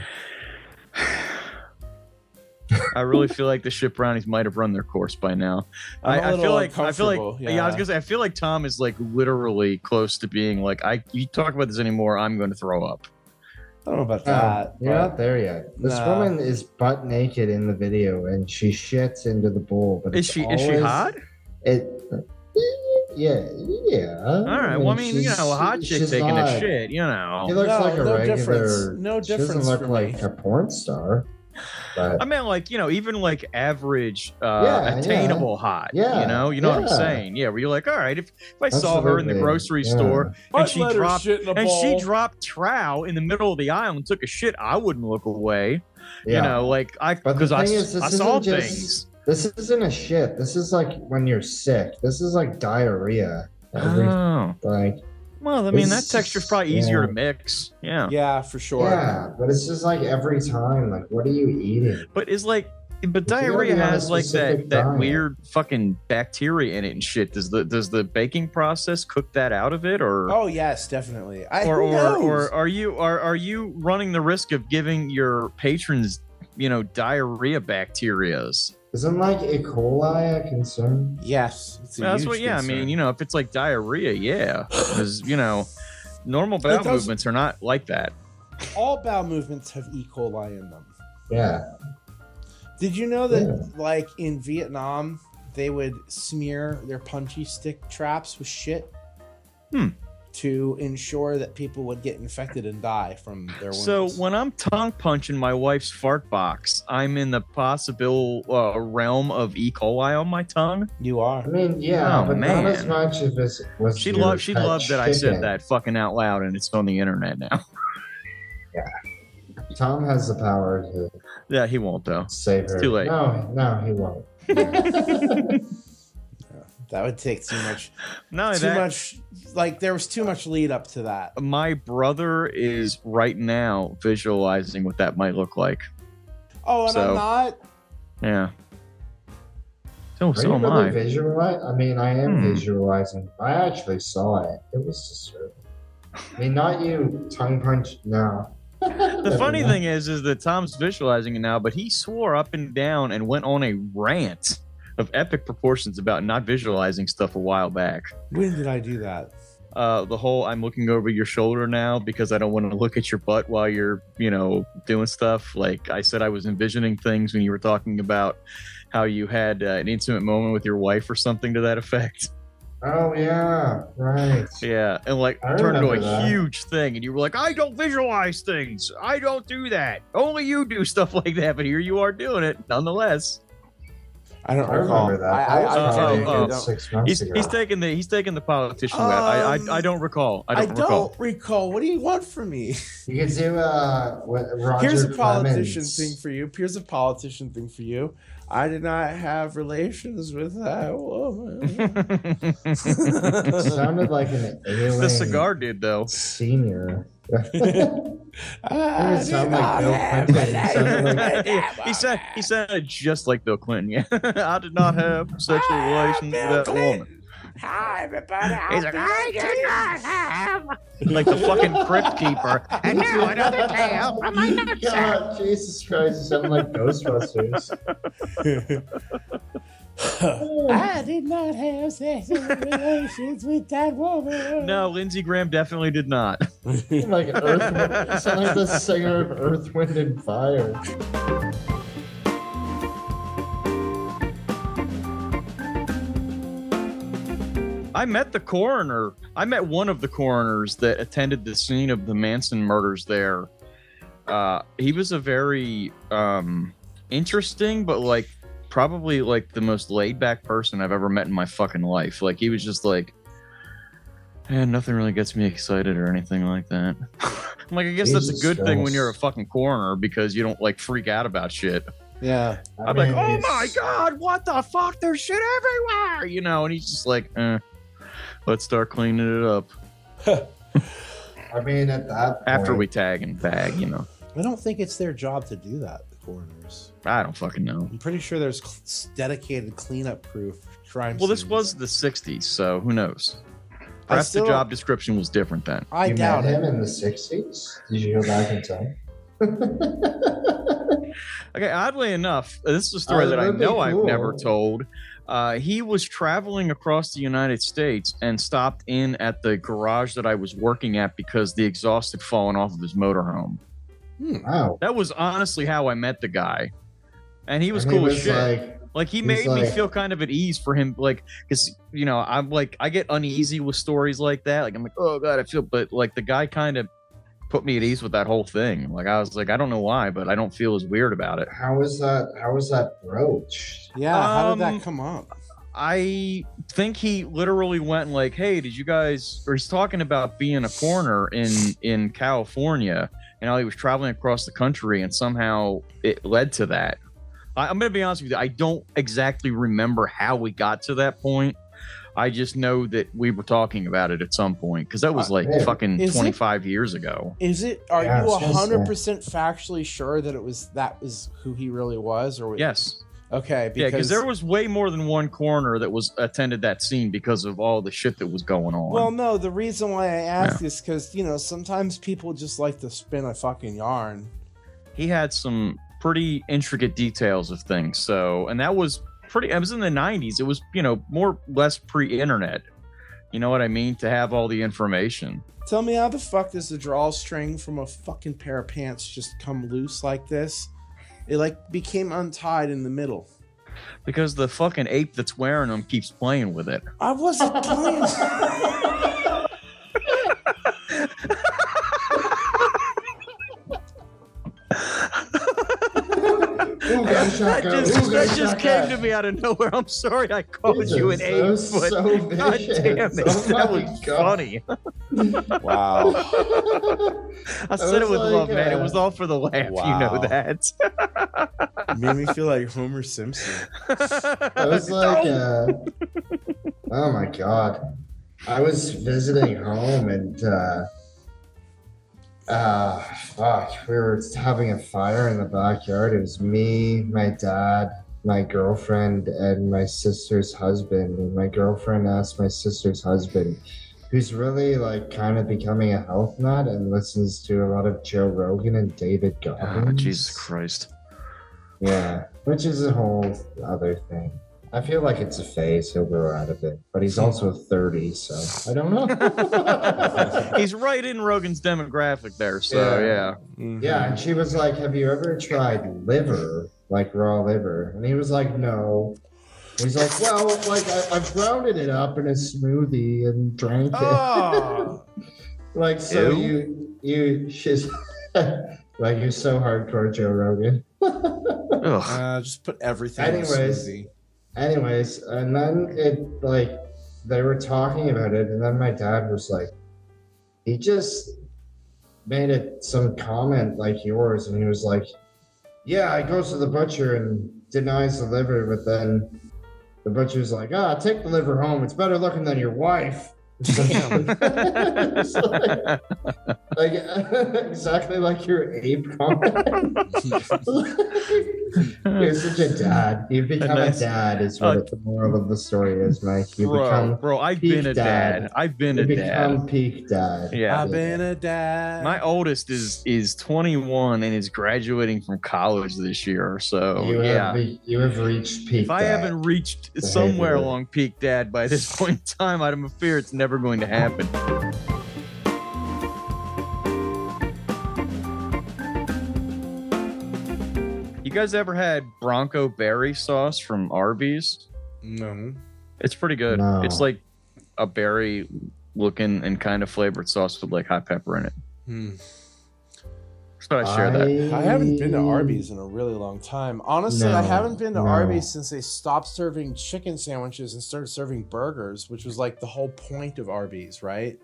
Speaker 2: I really feel like the ship brownies might have run their course by now.
Speaker 5: I'm
Speaker 2: I,
Speaker 5: a
Speaker 2: I feel
Speaker 5: little
Speaker 2: like I feel like
Speaker 5: uncomfortable,
Speaker 2: yeah. I was gonna say I feel like Tom is like literally close to being like I. You talk about this anymore, I'm going to throw up.
Speaker 5: I don't know about
Speaker 3: Uh,
Speaker 5: that.
Speaker 3: you're not
Speaker 5: but-
Speaker 3: there yet. This
Speaker 5: Nah.
Speaker 3: woman is butt naked in the video, and she shits into the bowl. But
Speaker 2: Is
Speaker 3: it's
Speaker 2: she
Speaker 3: always,
Speaker 2: is she hot?
Speaker 3: It, yeah, yeah.
Speaker 2: All right. Well, I mean, you know, a hot chick taking a shit, you
Speaker 3: She
Speaker 2: know.
Speaker 3: looks
Speaker 5: No,
Speaker 3: like a
Speaker 5: no
Speaker 3: regular.
Speaker 5: difference. No
Speaker 3: She
Speaker 5: difference
Speaker 3: doesn't
Speaker 5: for
Speaker 3: look like
Speaker 5: me.
Speaker 3: a porn star. But
Speaker 2: I mean, like you know, even like average, uh,
Speaker 3: Yeah, yeah.
Speaker 2: attainable hot.
Speaker 3: Yeah,
Speaker 2: You know, you know what
Speaker 3: yeah.
Speaker 2: I'm saying? Yeah. Where you're like, all right, if, if I saw her in the
Speaker 3: Absolutely,
Speaker 2: grocery
Speaker 3: yeah.
Speaker 2: store and
Speaker 5: Butt
Speaker 2: she
Speaker 5: leather
Speaker 2: dropped
Speaker 5: shit in a
Speaker 2: and she
Speaker 5: bowl.
Speaker 2: dropped trow in the middle of the aisle and took a shit, I wouldn't look away.
Speaker 3: yeah,
Speaker 2: You know, like I
Speaker 3: But the
Speaker 2: because I,
Speaker 3: thing
Speaker 2: s-
Speaker 3: is, this
Speaker 2: I saw
Speaker 3: isn't just-
Speaker 2: things.
Speaker 3: this isn't a shit. This is like when you're sick. This is like diarrhea. Every,
Speaker 2: Oh.
Speaker 3: like
Speaker 2: Well, I mean, that
Speaker 3: This-
Speaker 2: texture's probably
Speaker 3: yeah.
Speaker 2: easier to mix. Yeah.
Speaker 5: Yeah, for sure.
Speaker 3: yeah, but it's just like every time. Like, what are you eating?
Speaker 2: But it's like, but
Speaker 3: gotta
Speaker 2: diarrhea
Speaker 3: be on a
Speaker 2: has like that
Speaker 3: specific
Speaker 2: that
Speaker 3: diet.
Speaker 2: weird fucking bacteria in it and shit. Does the does the baking process cook that out of it, or
Speaker 5: Oh yes, definitely. I,
Speaker 2: or,
Speaker 5: who
Speaker 2: or
Speaker 5: knows?
Speaker 2: or are you are are you running the risk of giving your patrons you know diarrhea bacterias?
Speaker 3: Isn't like E. coli a concern?
Speaker 5: Yes, it's a
Speaker 2: Well, that's
Speaker 5: huge
Speaker 2: what. Yeah, I mean,
Speaker 5: concern.
Speaker 2: you know, if it's like diarrhea, yeah, because you know, normal bowel
Speaker 1: doesn't-
Speaker 2: movements are not like that.
Speaker 1: All bowel movements have E. coli in them.
Speaker 3: Yeah.
Speaker 1: Did you know that, like in Vietnam, they would smear their punchy stick traps with shit
Speaker 2: Hmm.
Speaker 1: to ensure that people would get infected and die from their wounds?
Speaker 2: So when I'm tongue punching my wife's fart box, I'm in the possible uh, realm of E. coli on my tongue.
Speaker 1: you are
Speaker 3: I mean, yeah,
Speaker 2: Oh,
Speaker 3: but
Speaker 2: man.
Speaker 3: not as much if it's was.
Speaker 2: She
Speaker 3: your
Speaker 2: loved. She
Speaker 3: pet
Speaker 2: loved that I said
Speaker 3: chicken.
Speaker 2: that fucking out loud, and it's on the internet now. [laughs]
Speaker 3: Tom has the power to
Speaker 2: yeah, he won't though.
Speaker 3: save her.
Speaker 2: It's too late.
Speaker 3: No, no, he won't.
Speaker 1: that would take too much,
Speaker 2: No,
Speaker 1: too
Speaker 2: that,
Speaker 1: much. Like there was too much lead up to that.
Speaker 2: my brother is right now visualizing what that might look like.
Speaker 1: Oh, and
Speaker 2: So-
Speaker 1: I'm not.
Speaker 2: Yeah. So
Speaker 3: Are
Speaker 2: so
Speaker 3: you
Speaker 2: am
Speaker 3: really
Speaker 2: I.
Speaker 3: visualize? I mean, I am
Speaker 2: Hmm.
Speaker 3: visualizing. I actually saw it. It was disturbing. I mean, not you, tongue punch. No. [laughs]
Speaker 2: The funny thing is, is that Tom's visualizing it now, but he swore up and down and went on a rant of epic proportions about not visualizing stuff a while back.
Speaker 1: When did I do that?
Speaker 2: Uh, the whole I'm looking over your shoulder now because I don't want to look at your butt while you're, you know, doing stuff. Like I said, I was envisioning things when you were talking about how you had uh, an intimate moment with your wife or something to that effect. [laughs]
Speaker 3: Oh yeah, right.
Speaker 2: Yeah, and like
Speaker 3: I
Speaker 2: turned into a
Speaker 3: remember that.
Speaker 2: huge thing, and you were like, "I don't visualize things. I don't do that. Only you do [laughs] stuff like that." But here you are doing it nonetheless.
Speaker 1: I don't
Speaker 3: I
Speaker 1: recall.
Speaker 3: remember that.
Speaker 1: I,
Speaker 3: that was
Speaker 1: I, uh, I,
Speaker 2: probably
Speaker 3: probably
Speaker 1: don't-
Speaker 2: a
Speaker 1: I
Speaker 3: good
Speaker 1: don't,
Speaker 3: six months
Speaker 2: He's,
Speaker 3: ago.
Speaker 2: he's taking the he's taking the politician route. I,
Speaker 1: Um,
Speaker 2: I I don't recall. I
Speaker 1: I
Speaker 2: don't recall.
Speaker 1: don't recall. What do you want from me?
Speaker 3: you could do uh, what Roger
Speaker 1: Here's a politician
Speaker 3: Clemens.
Speaker 1: thing for you. Here's a politician thing for you. I did not have relations with that woman.
Speaker 2: [laughs]
Speaker 1: [laughs]
Speaker 3: sounded like an alien
Speaker 2: the cigar did though. [laughs]
Speaker 3: senior.
Speaker 1: I
Speaker 3: It
Speaker 1: did
Speaker 3: sounded like
Speaker 1: not
Speaker 3: Bill
Speaker 1: have
Speaker 3: Clinton. It sounded
Speaker 1: relations
Speaker 3: like-
Speaker 1: with that
Speaker 2: he said he sounded just like Bill Clinton. Yeah, [laughs] I did not have sexual
Speaker 1: Ah,
Speaker 2: relations with
Speaker 1: Bill
Speaker 2: that
Speaker 1: Clinton.
Speaker 2: woman.
Speaker 1: woman. Hi, everybody.
Speaker 2: He's like,
Speaker 1: I did not
Speaker 2: Like the fucking crypt keeper. And now another tale from my
Speaker 3: [laughs]
Speaker 2: nutsack.
Speaker 3: God, Jesus Christ, you sound
Speaker 2: [laughs]
Speaker 3: like Ghostbusters.
Speaker 1: [laughs]
Speaker 3: [laughs]
Speaker 4: I did not have sexual relations with that woman.
Speaker 2: No, Lindsey Graham definitely did not.
Speaker 3: like Earth, you sound like the singer of Earth, Wind, and Fire.
Speaker 2: I met the coroner. I met one of the coroners that attended the scene of the Manson murders there. Uh, he was a very um, interesting, but like probably like the most laid back person I've ever met in my fucking life. Like he was just like, and nothing really gets me excited or anything like that. [laughs] I'm like, I guess that's a
Speaker 3: Jesus
Speaker 2: good thing when
Speaker 3: Christ.
Speaker 2: you're a fucking coroner because you don't like freak out about shit.
Speaker 1: [laughs] Yeah.
Speaker 3: I
Speaker 2: I'm
Speaker 3: mean,
Speaker 2: like, oh
Speaker 3: he's-
Speaker 2: my god, what the fuck? There's shit everywhere, you know. And he's just like, eh, let's start cleaning it up
Speaker 3: I mean, at that point,
Speaker 2: after we tag and bag, you know.
Speaker 1: I don't think it's their job to do that, the coroners.
Speaker 2: I don't fucking know.
Speaker 1: I'm pretty sure there's cl- dedicated cleanup crew for crime
Speaker 2: Well, this
Speaker 1: scenes.
Speaker 2: was the '60s, so who knows?
Speaker 1: I
Speaker 2: Perhaps
Speaker 1: still-
Speaker 2: the job description was different then.
Speaker 1: I
Speaker 3: you
Speaker 1: doubt
Speaker 3: met
Speaker 1: it.
Speaker 3: him in the '60s. Did you go back in time? [laughs]
Speaker 2: Okay, oddly enough, this is a story
Speaker 3: Oh,
Speaker 2: that I
Speaker 3: that'd be
Speaker 2: know I've
Speaker 3: cool.
Speaker 2: never told. Uh, he was traveling across the United States and stopped in at the garage that I was working at because the exhaust had fallen off of his motorhome.
Speaker 3: wow.
Speaker 2: That was honestly how I met the guy, and he was
Speaker 3: And
Speaker 2: cool as shit.
Speaker 3: Like,
Speaker 2: Like he
Speaker 3: He's
Speaker 2: made me
Speaker 3: like-
Speaker 2: feel kind of at ease for him, like because you know I'm like I get uneasy with stories like that. Like I'm like, oh god, I feel. But like the guy kind of put me at ease with that whole thing. Like I was like, I don't know why, but I don't feel as weird about it.
Speaker 3: how was that? How was that broached?
Speaker 1: Yeah, how did
Speaker 2: Um,
Speaker 1: that come up?
Speaker 2: I think he literally went like, hey, did you guys? Or he's talking about being a coroner in in California, and how he was traveling across the country, and somehow it led to that. I, I'm gonna be honest with you. I don't exactly remember how we got to that point. I just know that we were talking about it at some point because that was like
Speaker 3: yeah.
Speaker 2: fucking
Speaker 1: Is it-
Speaker 2: 25 years ago.
Speaker 1: Is it? Are
Speaker 3: Yeah,
Speaker 1: you
Speaker 3: it's just, uh,
Speaker 1: hundred percent factually sure that it was that was who he really was, or
Speaker 2: Yes.
Speaker 1: Okay,
Speaker 2: Yeah, because
Speaker 1: because
Speaker 2: there was way more than one coroner that was attended that scene because of all the shit that was going on.
Speaker 1: well, no. The reason why I ask is because you know sometimes people just like to spin a fucking yarn.
Speaker 2: he had some pretty intricate details of things. So, and that was pretty. It was in the '90s. It was you know more or less pre-internet. You know what I mean? To have all the information.
Speaker 1: Tell me how the fuck does the drawstring from a fucking pair of pants just come loose like this? It like became untied in the middle.
Speaker 2: Because the fucking ape that's wearing them keeps playing with it.
Speaker 1: I wasn't playing.
Speaker 3: Ooh,
Speaker 2: [laughs] That
Speaker 3: gunshot goes.
Speaker 2: just,
Speaker 3: Ooh,
Speaker 2: that just
Speaker 3: gunshot
Speaker 2: came
Speaker 3: goes.
Speaker 2: to me out of nowhere. I'm sorry I called you an
Speaker 3: Jesus,
Speaker 2: ape,
Speaker 3: that
Speaker 2: but
Speaker 3: was
Speaker 2: [laughs]
Speaker 3: so
Speaker 2: god
Speaker 3: vicious.
Speaker 2: damn it,
Speaker 3: [laughs] Oh
Speaker 2: that
Speaker 3: my
Speaker 2: was
Speaker 3: God.
Speaker 2: funny. [laughs]
Speaker 5: Wow.
Speaker 2: I said it
Speaker 3: was
Speaker 2: with
Speaker 3: like,
Speaker 2: love, man. It
Speaker 3: uh,
Speaker 2: was all for the laugh. You
Speaker 5: Wow.
Speaker 2: know
Speaker 3: [laughs]
Speaker 2: that.
Speaker 1: Made me feel like Homer Simpson.
Speaker 3: I was like, uh, oh my god. I was visiting home and, uh, uh, fuck, we were having a fire in the backyard. It was me, my dad, my girlfriend, and my sister's husband. And my girlfriend asked my sister's husband, who's really like kind of becoming a health nut and listens to a lot of Joe Rogan and David Goggins.
Speaker 2: Oh, Jesus Christ.
Speaker 3: Yeah, which is a whole other thing. I feel like it's a phase. He'll grow out of it, but he's also thirty, so I don't know.
Speaker 2: [laughs] He's right in Rogan's demographic there. So
Speaker 3: Yeah.
Speaker 2: yeah.
Speaker 1: Mm-hmm.
Speaker 3: yeah, and she was like, "Have you ever tried liver, like raw liver?" And he was like, "No." He's like, "Well, like I, I've grounded it up in a smoothie and drank it."
Speaker 1: Oh,
Speaker 3: Like so,
Speaker 2: Ew.
Speaker 3: you you she's [laughs] like you're so hardcore, Joe Rogan. [laughs]
Speaker 2: Ugh.
Speaker 5: Uh, just put everything. in a
Speaker 3: Anyways.
Speaker 5: smoothie.
Speaker 3: anyways and then it like they were talking about it and then my dad was like he just made it some comment like yours and he was like yeah i goes to the butcher and denies the liver but then the butcher's like ah take the liver home it's better looking than your wife
Speaker 1: Damn.
Speaker 3: [laughs] It's like, [laughs] like [laughs] exactly like your ape comment [laughs] you're such a dad. You become
Speaker 2: nice-
Speaker 3: a dad is what
Speaker 2: uh,
Speaker 3: the moral of the story is, Mike. You
Speaker 2: Bro,
Speaker 3: become
Speaker 2: bro, I've
Speaker 3: peak
Speaker 2: been a dad.
Speaker 3: dad.
Speaker 2: I've been
Speaker 3: you
Speaker 2: a
Speaker 3: become
Speaker 2: dad.
Speaker 3: peak dad.
Speaker 2: Yeah.
Speaker 1: I've been a dad.
Speaker 2: My oldest is is 21 and is graduating from college this year. So
Speaker 3: you
Speaker 2: Oh, yeah.
Speaker 3: have re- you have reached peak.
Speaker 2: If I
Speaker 3: dad.
Speaker 2: haven't reached
Speaker 3: Behavior.
Speaker 2: somewhere along peak dad by this [laughs] point in time, I'm fear it's never going to happen. You guys ever had Bronco berry sauce from Arby's?
Speaker 1: no.
Speaker 2: It's pretty good.
Speaker 3: No.
Speaker 2: It's like a berry looking and kind of flavored sauce with like hot pepper in it.
Speaker 1: Hmm.
Speaker 2: So I share that.
Speaker 1: I haven't been to Arby's in a really long time. Honestly, I
Speaker 3: Mm. No,
Speaker 1: haven't been to
Speaker 3: no.
Speaker 1: Arby's since they stopped serving chicken sandwiches and started serving burgers, which was like the whole point of Arby's, right?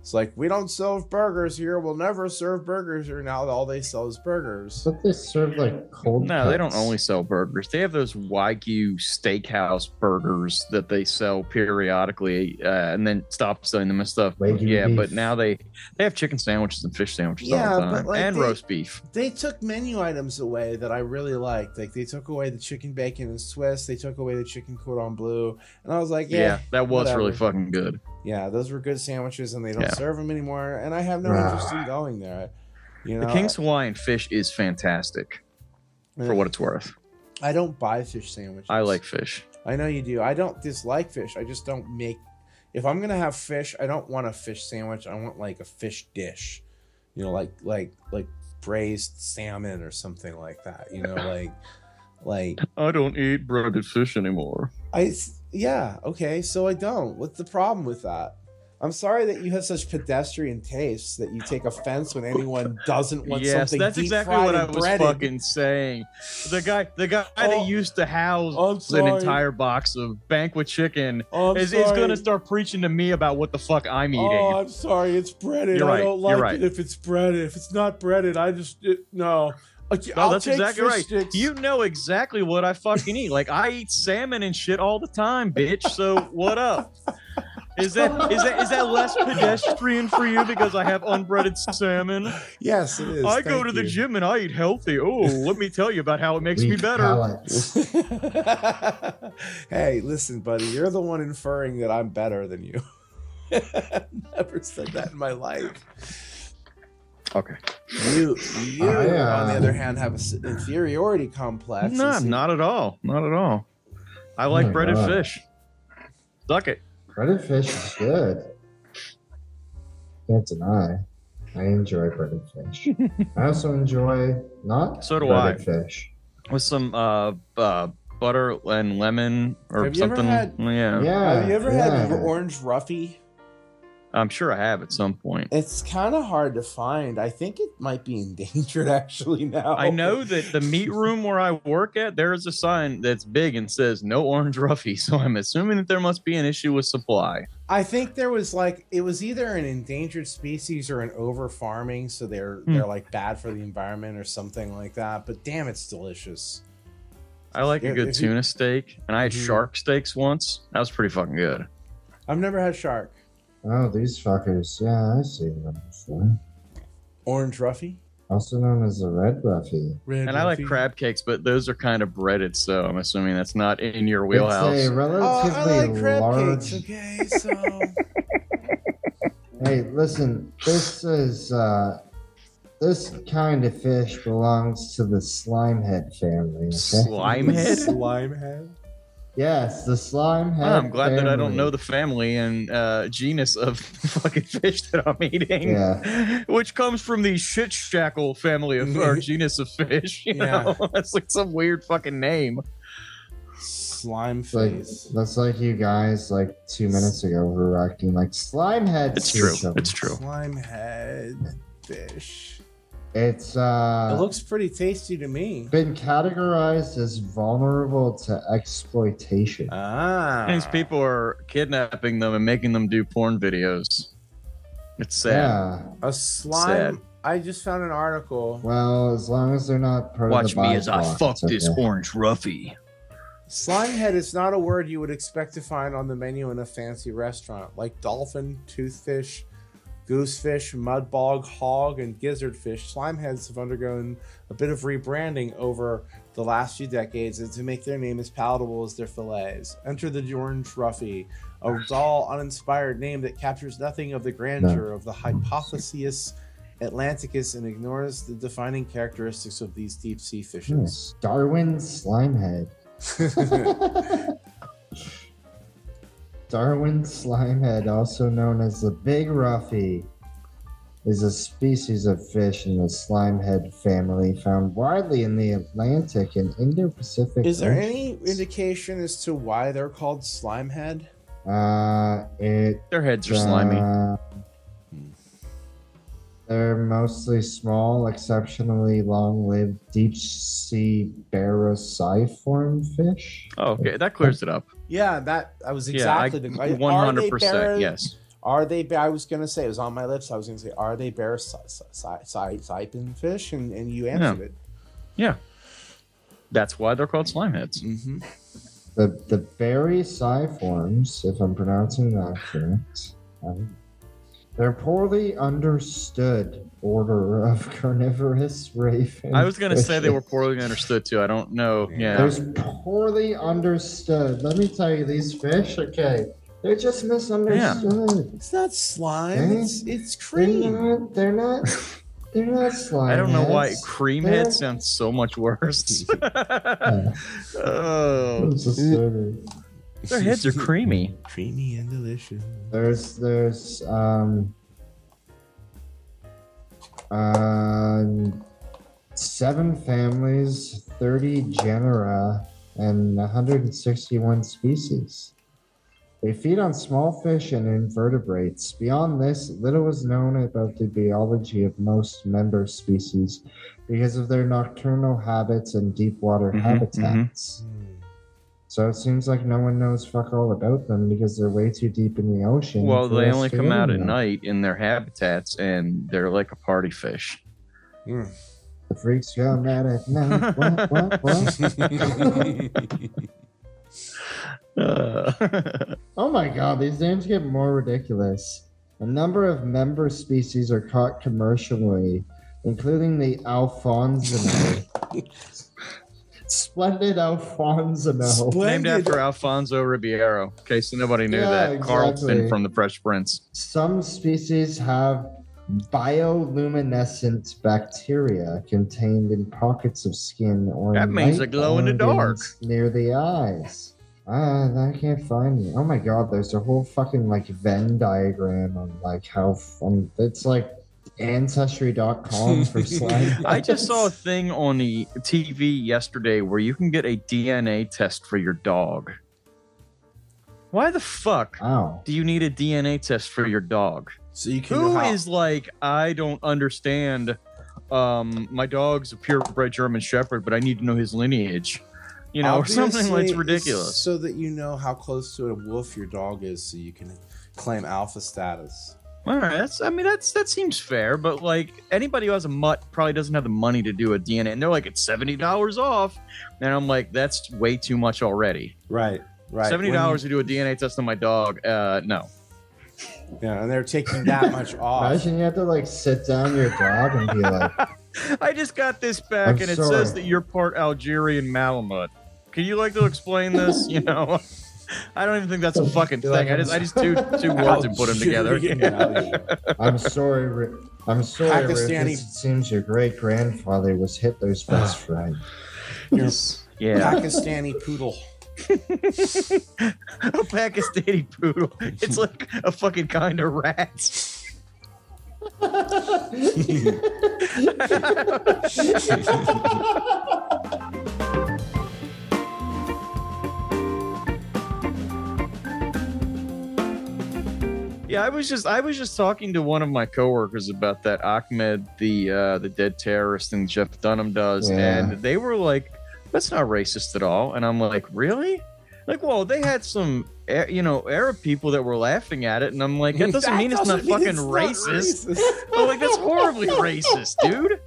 Speaker 1: It's like we don't serve burgers here. We'll never serve burgers here. Now all they sell is burgers.
Speaker 3: But they serve like cold.
Speaker 2: No, they don't
Speaker 3: cuts.
Speaker 2: only sell burgers. They have those Wagyu steakhouse burgers that they sell periodically, uh, and then stop selling them and stuff.
Speaker 3: Wagyu
Speaker 2: yeah, but
Speaker 3: beef.
Speaker 2: now they they have chicken sandwiches and fish sandwiches
Speaker 1: Yeah,
Speaker 2: all
Speaker 1: but,
Speaker 2: the time,
Speaker 1: like,
Speaker 2: and
Speaker 1: they-
Speaker 2: roast beef.
Speaker 1: They took menu items away that I really liked. Like they took away the chicken bacon and Swiss. They took away the chicken cordon bleu, and I was like,
Speaker 2: Yeah,
Speaker 1: yeah,
Speaker 2: that was
Speaker 1: whatever.
Speaker 2: really fucking good.
Speaker 1: yeah, those were good sandwiches, and they don't
Speaker 2: Yeah.
Speaker 1: serve them anymore. And I have no
Speaker 3: Wow.
Speaker 1: interest in going there. You know,
Speaker 2: the King's Hawaiian fish is fantastic
Speaker 1: Yeah.
Speaker 2: for what it's worth.
Speaker 1: I don't buy fish sandwiches.
Speaker 2: I like fish.
Speaker 1: I know you do. I don't dislike fish. I just don't make. If I'm gonna have fish, I don't want a fish sandwich. I want like a fish dish, you know, like like like braised salmon or something like that. You
Speaker 2: [laughs]
Speaker 1: know, like like
Speaker 2: I don't eat breaded fish anymore.
Speaker 1: I s- yeah okay. So I don't. What's the problem with that? I'm sorry that you have such pedestrian tastes that you take offense when anyone doesn't want
Speaker 2: Yes,
Speaker 1: something.
Speaker 2: that's
Speaker 1: deep
Speaker 2: exactly
Speaker 1: fried
Speaker 2: what I
Speaker 1: and
Speaker 2: was
Speaker 1: breaded.
Speaker 2: fucking saying. The guy, the guy
Speaker 1: Oh,
Speaker 2: that used to
Speaker 1: I'm
Speaker 2: house an
Speaker 1: sorry.
Speaker 2: entire box of banquet chicken
Speaker 1: Oh, I'm
Speaker 2: is, is
Speaker 1: sorry.
Speaker 2: going to start preaching to me about what the fuck I'm eating.
Speaker 1: Oh, I'm sorry. It's breaded.
Speaker 2: You're
Speaker 1: I
Speaker 2: right,
Speaker 1: don't
Speaker 2: you're
Speaker 1: like
Speaker 2: right.
Speaker 1: it if it's breaded. If it's not breaded, I just it, no. Okay,
Speaker 2: no,
Speaker 1: I'll
Speaker 2: that's
Speaker 1: take
Speaker 2: exactly
Speaker 1: fish
Speaker 2: right.
Speaker 1: Sticks.
Speaker 2: You know exactly what I fucking eat. Like I eat salmon and shit all the time, bitch. So what up? Is that is that is that less pedestrian for you because I have unbreaded salmon?
Speaker 1: yes, it is.
Speaker 2: I go to the gym and I eat healthy. Oh, let me tell you about how it makes me
Speaker 3: Weak
Speaker 2: better.
Speaker 3: palates.
Speaker 1: gym. [laughs] hey, listen, buddy. You're the one inferring that I'm [laughs] better than you. Never said that in my life.
Speaker 2: Okay.
Speaker 1: You, you
Speaker 3: I, uh,
Speaker 1: on the other hand, have an inferiority complex. and
Speaker 2: No,
Speaker 1: see-
Speaker 2: not at all. Not at all. I like
Speaker 3: Oh my
Speaker 2: breaded
Speaker 3: God.
Speaker 2: fish. Suck it.
Speaker 3: Breaded fish is good. Can't deny. I enjoy breaded fish.
Speaker 2: [laughs]
Speaker 3: I also enjoy not
Speaker 2: So do
Speaker 3: breaded fish.
Speaker 2: With some uh, uh butter and lemon or
Speaker 1: Have you ever
Speaker 2: something.
Speaker 1: had-
Speaker 2: yeah.
Speaker 3: Yeah.
Speaker 1: Have you ever had
Speaker 3: yeah.
Speaker 1: orange ruffy?
Speaker 2: I'm sure I have at some point.
Speaker 1: It's kind of hard to find. I think it might be endangered [laughs] actually now.
Speaker 2: I know that the meat room where I work at, there is a sign that's big and says no orange roughy. [laughs] So I'm assuming that there must be an issue with supply.
Speaker 1: I think there was like it was either an endangered species or an over farming, so they're
Speaker 2: Hmm.
Speaker 1: they're like bad for the environment or something like that. But damn, it's delicious.
Speaker 2: I like
Speaker 1: Yeah,
Speaker 2: a good
Speaker 1: if you-
Speaker 2: tuna steak, and I had
Speaker 1: Mhm.
Speaker 2: shark steaks once. That was pretty fucking good.
Speaker 1: I've never had shark.
Speaker 3: Oh, these fuckers. Yeah, I've seen them before.
Speaker 1: Orange ruffy.
Speaker 3: Also known as the red ruffy.
Speaker 1: Red
Speaker 2: And I like
Speaker 1: ruffy.
Speaker 2: crab cakes, but those are kind of breaded, so I'm assuming that's not in your
Speaker 3: It's
Speaker 2: wheelhouse.
Speaker 3: a
Speaker 1: Oh, I
Speaker 3: relatively
Speaker 1: like crab
Speaker 3: large.
Speaker 1: cakes.
Speaker 3: [laughs]
Speaker 1: Okay, so
Speaker 3: Hey, listen, this is uh this kind of fish belongs to the slimehead family. Okay?
Speaker 2: Slimehead.
Speaker 5: Slime head.
Speaker 3: Yes, the slimehead.
Speaker 2: Well, Ah, I'm glad that I don't
Speaker 3: family.
Speaker 2: know the family and uh, genus of [laughs] fucking fish that I'm eating, [laughs] which comes from the shit shackle family of
Speaker 3: [laughs]
Speaker 2: or genus of fish. You
Speaker 1: Yeah.
Speaker 2: know, [laughs] that's like some weird fucking name.
Speaker 1: slime
Speaker 3: It's like
Speaker 1: face.
Speaker 3: that's like you guys like two minutes ago were rocking like slimehead.
Speaker 2: It's true.
Speaker 3: system.
Speaker 2: It's true.
Speaker 1: Slime head fish.
Speaker 3: It's
Speaker 1: it
Speaker 3: uh
Speaker 1: looks pretty tasty to me.
Speaker 3: been categorized as vulnerable to exploitation.
Speaker 2: Uh,
Speaker 1: Ah,
Speaker 2: These people are kidnapping them and making them do porn videos. It's sad.
Speaker 3: Yeah.
Speaker 1: A slime.
Speaker 2: Sad.
Speaker 1: I just found an article.
Speaker 3: Well, as long as they're not part of
Speaker 2: Watch
Speaker 3: the
Speaker 2: me as I
Speaker 3: byproduct,
Speaker 2: fuck
Speaker 3: it's
Speaker 2: this
Speaker 3: okay.
Speaker 2: orange ruffy.
Speaker 1: Slimehead is not a word you would expect to find on the menu in a fancy restaurant, like dolphin, toothfish, goosefish, mudbog, hog, and gizzardfish. Slimeheads have undergone a bit of rebranding over the last few decades and to make their name as palatable as their fillets. Enter the orange ruffy, a dull, uninspired name that captures nothing of the grandeur of the hypothesis Atlanticus and ignores the defining characteristics of these deep sea
Speaker 3: Hmm,
Speaker 1: fishes.
Speaker 3: Darwin Slimehead. [laughs] Hmm.
Speaker 1: [laughs]
Speaker 3: Darwin Slimehead, also known as the Big Ruffy, is a species of fish in the Slimehead family found widely in the Atlantic and Indo Pacific.
Speaker 1: Is there any indication as to why they're called Slimehead?
Speaker 3: Uh, it,
Speaker 2: Their heads are slimy.
Speaker 3: uh, they're mostly small, exceptionally long lived deep sea barocyform fish.
Speaker 2: Oh, okay, that clears it up.
Speaker 1: Yeah, that I was
Speaker 2: Yeah, I-
Speaker 1: exactly the I- are they
Speaker 2: 100%.
Speaker 1: baro-
Speaker 2: Yes.
Speaker 1: Are they? ba- I was gonna say it was on my lips. I was gonna say, are they barocypin fish? And and you answered it.
Speaker 2: That's why they're called slime heads.
Speaker 1: Mm-hmm.
Speaker 3: The the berry cyforms, if I'm pronouncing that correct, um, they're poorly understood order of [laughs] carnivorous raven.
Speaker 2: I was gonna say
Speaker 3: [laughs]
Speaker 2: they were
Speaker 3: fishes.
Speaker 2: poorly understood too. I don't know. Yeah.
Speaker 3: There's poorly understood. Let me tell you, these fish, okay, they're just misunderstood.
Speaker 1: It's not slime.
Speaker 3: Eh?
Speaker 1: It's it's
Speaker 3: They're
Speaker 1: cream.
Speaker 3: not. They're not. They're not
Speaker 2: [laughs]
Speaker 3: slime.
Speaker 2: I don't know why
Speaker 3: heads.
Speaker 2: cream
Speaker 3: They're-
Speaker 2: head sounds so much
Speaker 3: [laughs]
Speaker 2: worse. [laughs] oh,
Speaker 3: I'm so sorry.
Speaker 2: their heads are creamy.
Speaker 1: [laughs] creamy and
Speaker 2: [laughs]
Speaker 1: delicious.
Speaker 3: There's there's um um seven families, thirty genera, and 161 species. They feed on small fish and invertebrates. Beyond this, little is known about the biology of most member species because of their nocturnal habits and deep water
Speaker 2: Mhm,
Speaker 3: habitats. So it seems like no one knows fuck all about them because they're way too deep in the ocean.
Speaker 2: Well,
Speaker 3: for
Speaker 2: they
Speaker 3: us
Speaker 2: only
Speaker 3: to
Speaker 2: come out at
Speaker 3: know.
Speaker 2: night in their habitats, and they're like a party
Speaker 3: [laughs]
Speaker 2: fish.
Speaker 3: The freaks come out at
Speaker 2: [laughs]
Speaker 3: night. What, what, what?
Speaker 2: Uh,
Speaker 3: Oh my god, these names get more ridiculous. A number of member species are caught commercially, including the Alfonsino. Splendid Alfonsino.
Speaker 2: [laughs] named after Alfonso Ribeiro. In case nobody knew
Speaker 3: Yeah,
Speaker 2: that, Carlton
Speaker 3: exactly.
Speaker 2: from The Fresh Prince.
Speaker 3: Some species have bioluminescent bacteria contained in pockets of skin or
Speaker 2: That means they
Speaker 3: night
Speaker 2: glow in the dark.
Speaker 3: organs near the eyes. Ah, I can't find it. Oh my god, there's a whole fucking like Venn diagram on like how f- on it's like
Speaker 2: [laughs]
Speaker 3: ancestry.com for slime.
Speaker 2: I just saw a thing on the TV yesterday where you can get a DNA test for your dog. Why the fuck
Speaker 3: Wow.
Speaker 2: do you need a DNA test for your dog?
Speaker 1: So you can.
Speaker 2: Who
Speaker 1: how-
Speaker 2: is like, I don't understand. Um, my dog's a purebred German Shepherd, but I need to know his lineage. You know, or something
Speaker 1: Obviously,
Speaker 2: like
Speaker 1: it's
Speaker 2: ridiculous.
Speaker 1: So that you know how close to a wolf your dog is, so you can claim alpha status.
Speaker 2: All right, that's. I mean, that's that seems fair, but like anybody who has a mutt probably doesn't have the money to do a DNA, and they're like it's seventy dollars off, and I'm like that's way too much already.
Speaker 1: Right. Right.
Speaker 2: seventy dollars to do a DNA test on my dog? Uh, no.
Speaker 1: When- Yeah, and they're taking that [laughs] much off.
Speaker 3: Imagine you have to like sit down your dog and be like,
Speaker 2: I just got this back,
Speaker 3: I'm
Speaker 2: and it
Speaker 3: sorry.
Speaker 2: says that you're part Algerian Malamut. Can you like to explain this? You know, [laughs] I don't even think that's a fucking
Speaker 3: You're
Speaker 2: thing.
Speaker 3: like,
Speaker 2: I just I just two two
Speaker 1: How
Speaker 2: words and put them together.
Speaker 1: dare you.
Speaker 3: I'm sorry, Ru- I'm sorry, Rufus.
Speaker 1: Pakistani-
Speaker 3: It seems your great grandfather was Hitler's best friend.
Speaker 1: [laughs]
Speaker 2: Yeah,
Speaker 1: Pakistani poodle.
Speaker 2: [laughs] a Pakistani poodle. It's like a fucking kind of rat. [laughs] Yeah, I was just I was just talking to one of my coworkers about that Ahmed, the uh, the dead terrorist thing Jeff Dunham does,
Speaker 3: Yeah.
Speaker 2: and they were like, "That's not racist at all," and I'm like, "Really?" Like, well, they had some eh, you know Arab people that were laughing at it, and
Speaker 1: [laughs]
Speaker 2: I'm like, [laughs] "That doesn't mean it's not fucking racist." I'm like, "That's horribly racist, dude."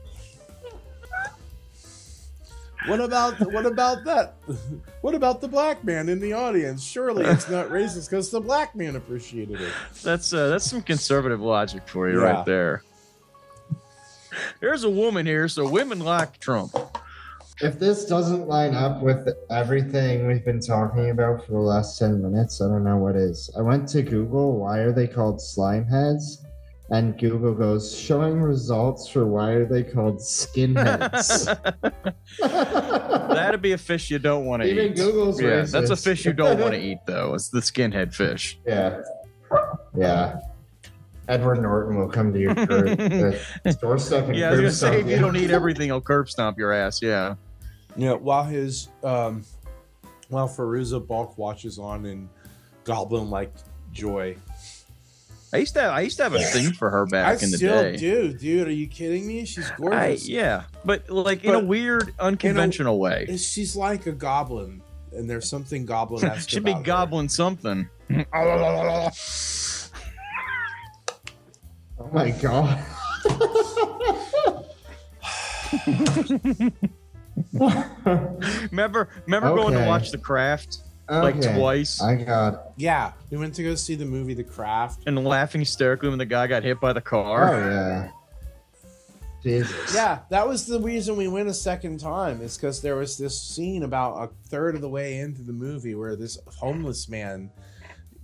Speaker 1: What about what about that? [laughs] What about the black man in the audience? Surely it's not racist because the black man appreciated it.
Speaker 2: That's uh, that's some conservative logic for you
Speaker 1: Yeah.
Speaker 2: right there. There's a woman here, so women like Trump.
Speaker 3: If this doesn't line up with everything we've been talking about for the last 10 minutes, I don't know what is. I went to Google, why are they called slime heads? And Google goes, showing results for why are they
Speaker 2: [laughs]
Speaker 3: called skinheads.
Speaker 2: That'd be a fish you don't want to
Speaker 3: [laughs] Even
Speaker 2: eat.
Speaker 3: Google's
Speaker 2: yeah,
Speaker 3: racist.
Speaker 2: that's a fish you don't
Speaker 3: [laughs]
Speaker 2: want to eat, though. It's the skinhead fish.
Speaker 3: Yeah. Yeah. Edward Norton will come
Speaker 2: [laughs]
Speaker 3: to your door- uh, doorstep and
Speaker 2: Yeah, I was gonna
Speaker 3: curb
Speaker 2: say if
Speaker 3: stomp
Speaker 2: you don't eat everything, he'll curb stomp your ass. Yeah,
Speaker 1: You know, while his um, while Feruza Balk watches on in goblin like joy.
Speaker 2: I used to. Have, I used to have a thing for her back
Speaker 1: I
Speaker 2: in the
Speaker 1: still
Speaker 2: day.
Speaker 1: do, dude. Are you kidding me? She's
Speaker 2: I,
Speaker 1: gorgeous.
Speaker 2: yeah, but like in a
Speaker 1: But-
Speaker 2: weird, unconventional way.
Speaker 1: It's- She's like a goblin, and there's something goblin
Speaker 2: [laughs]
Speaker 1: esque.
Speaker 2: Should be goblin something.
Speaker 3: Oh my god.
Speaker 2: Remember, remember going to
Speaker 3: Okay.
Speaker 2: watch The Craft [laughs] like
Speaker 3: Okay.
Speaker 2: twice
Speaker 3: I got.
Speaker 1: Yeah, we went to go see the movie The Craft.
Speaker 2: and laughing hysterically when the guy got hit by the
Speaker 3: Oh
Speaker 2: car.
Speaker 3: yeah. Jesus.
Speaker 1: Yeah, that was the reason we went a second time. Is because there was this scene about a third of the way into the movie where this homeless man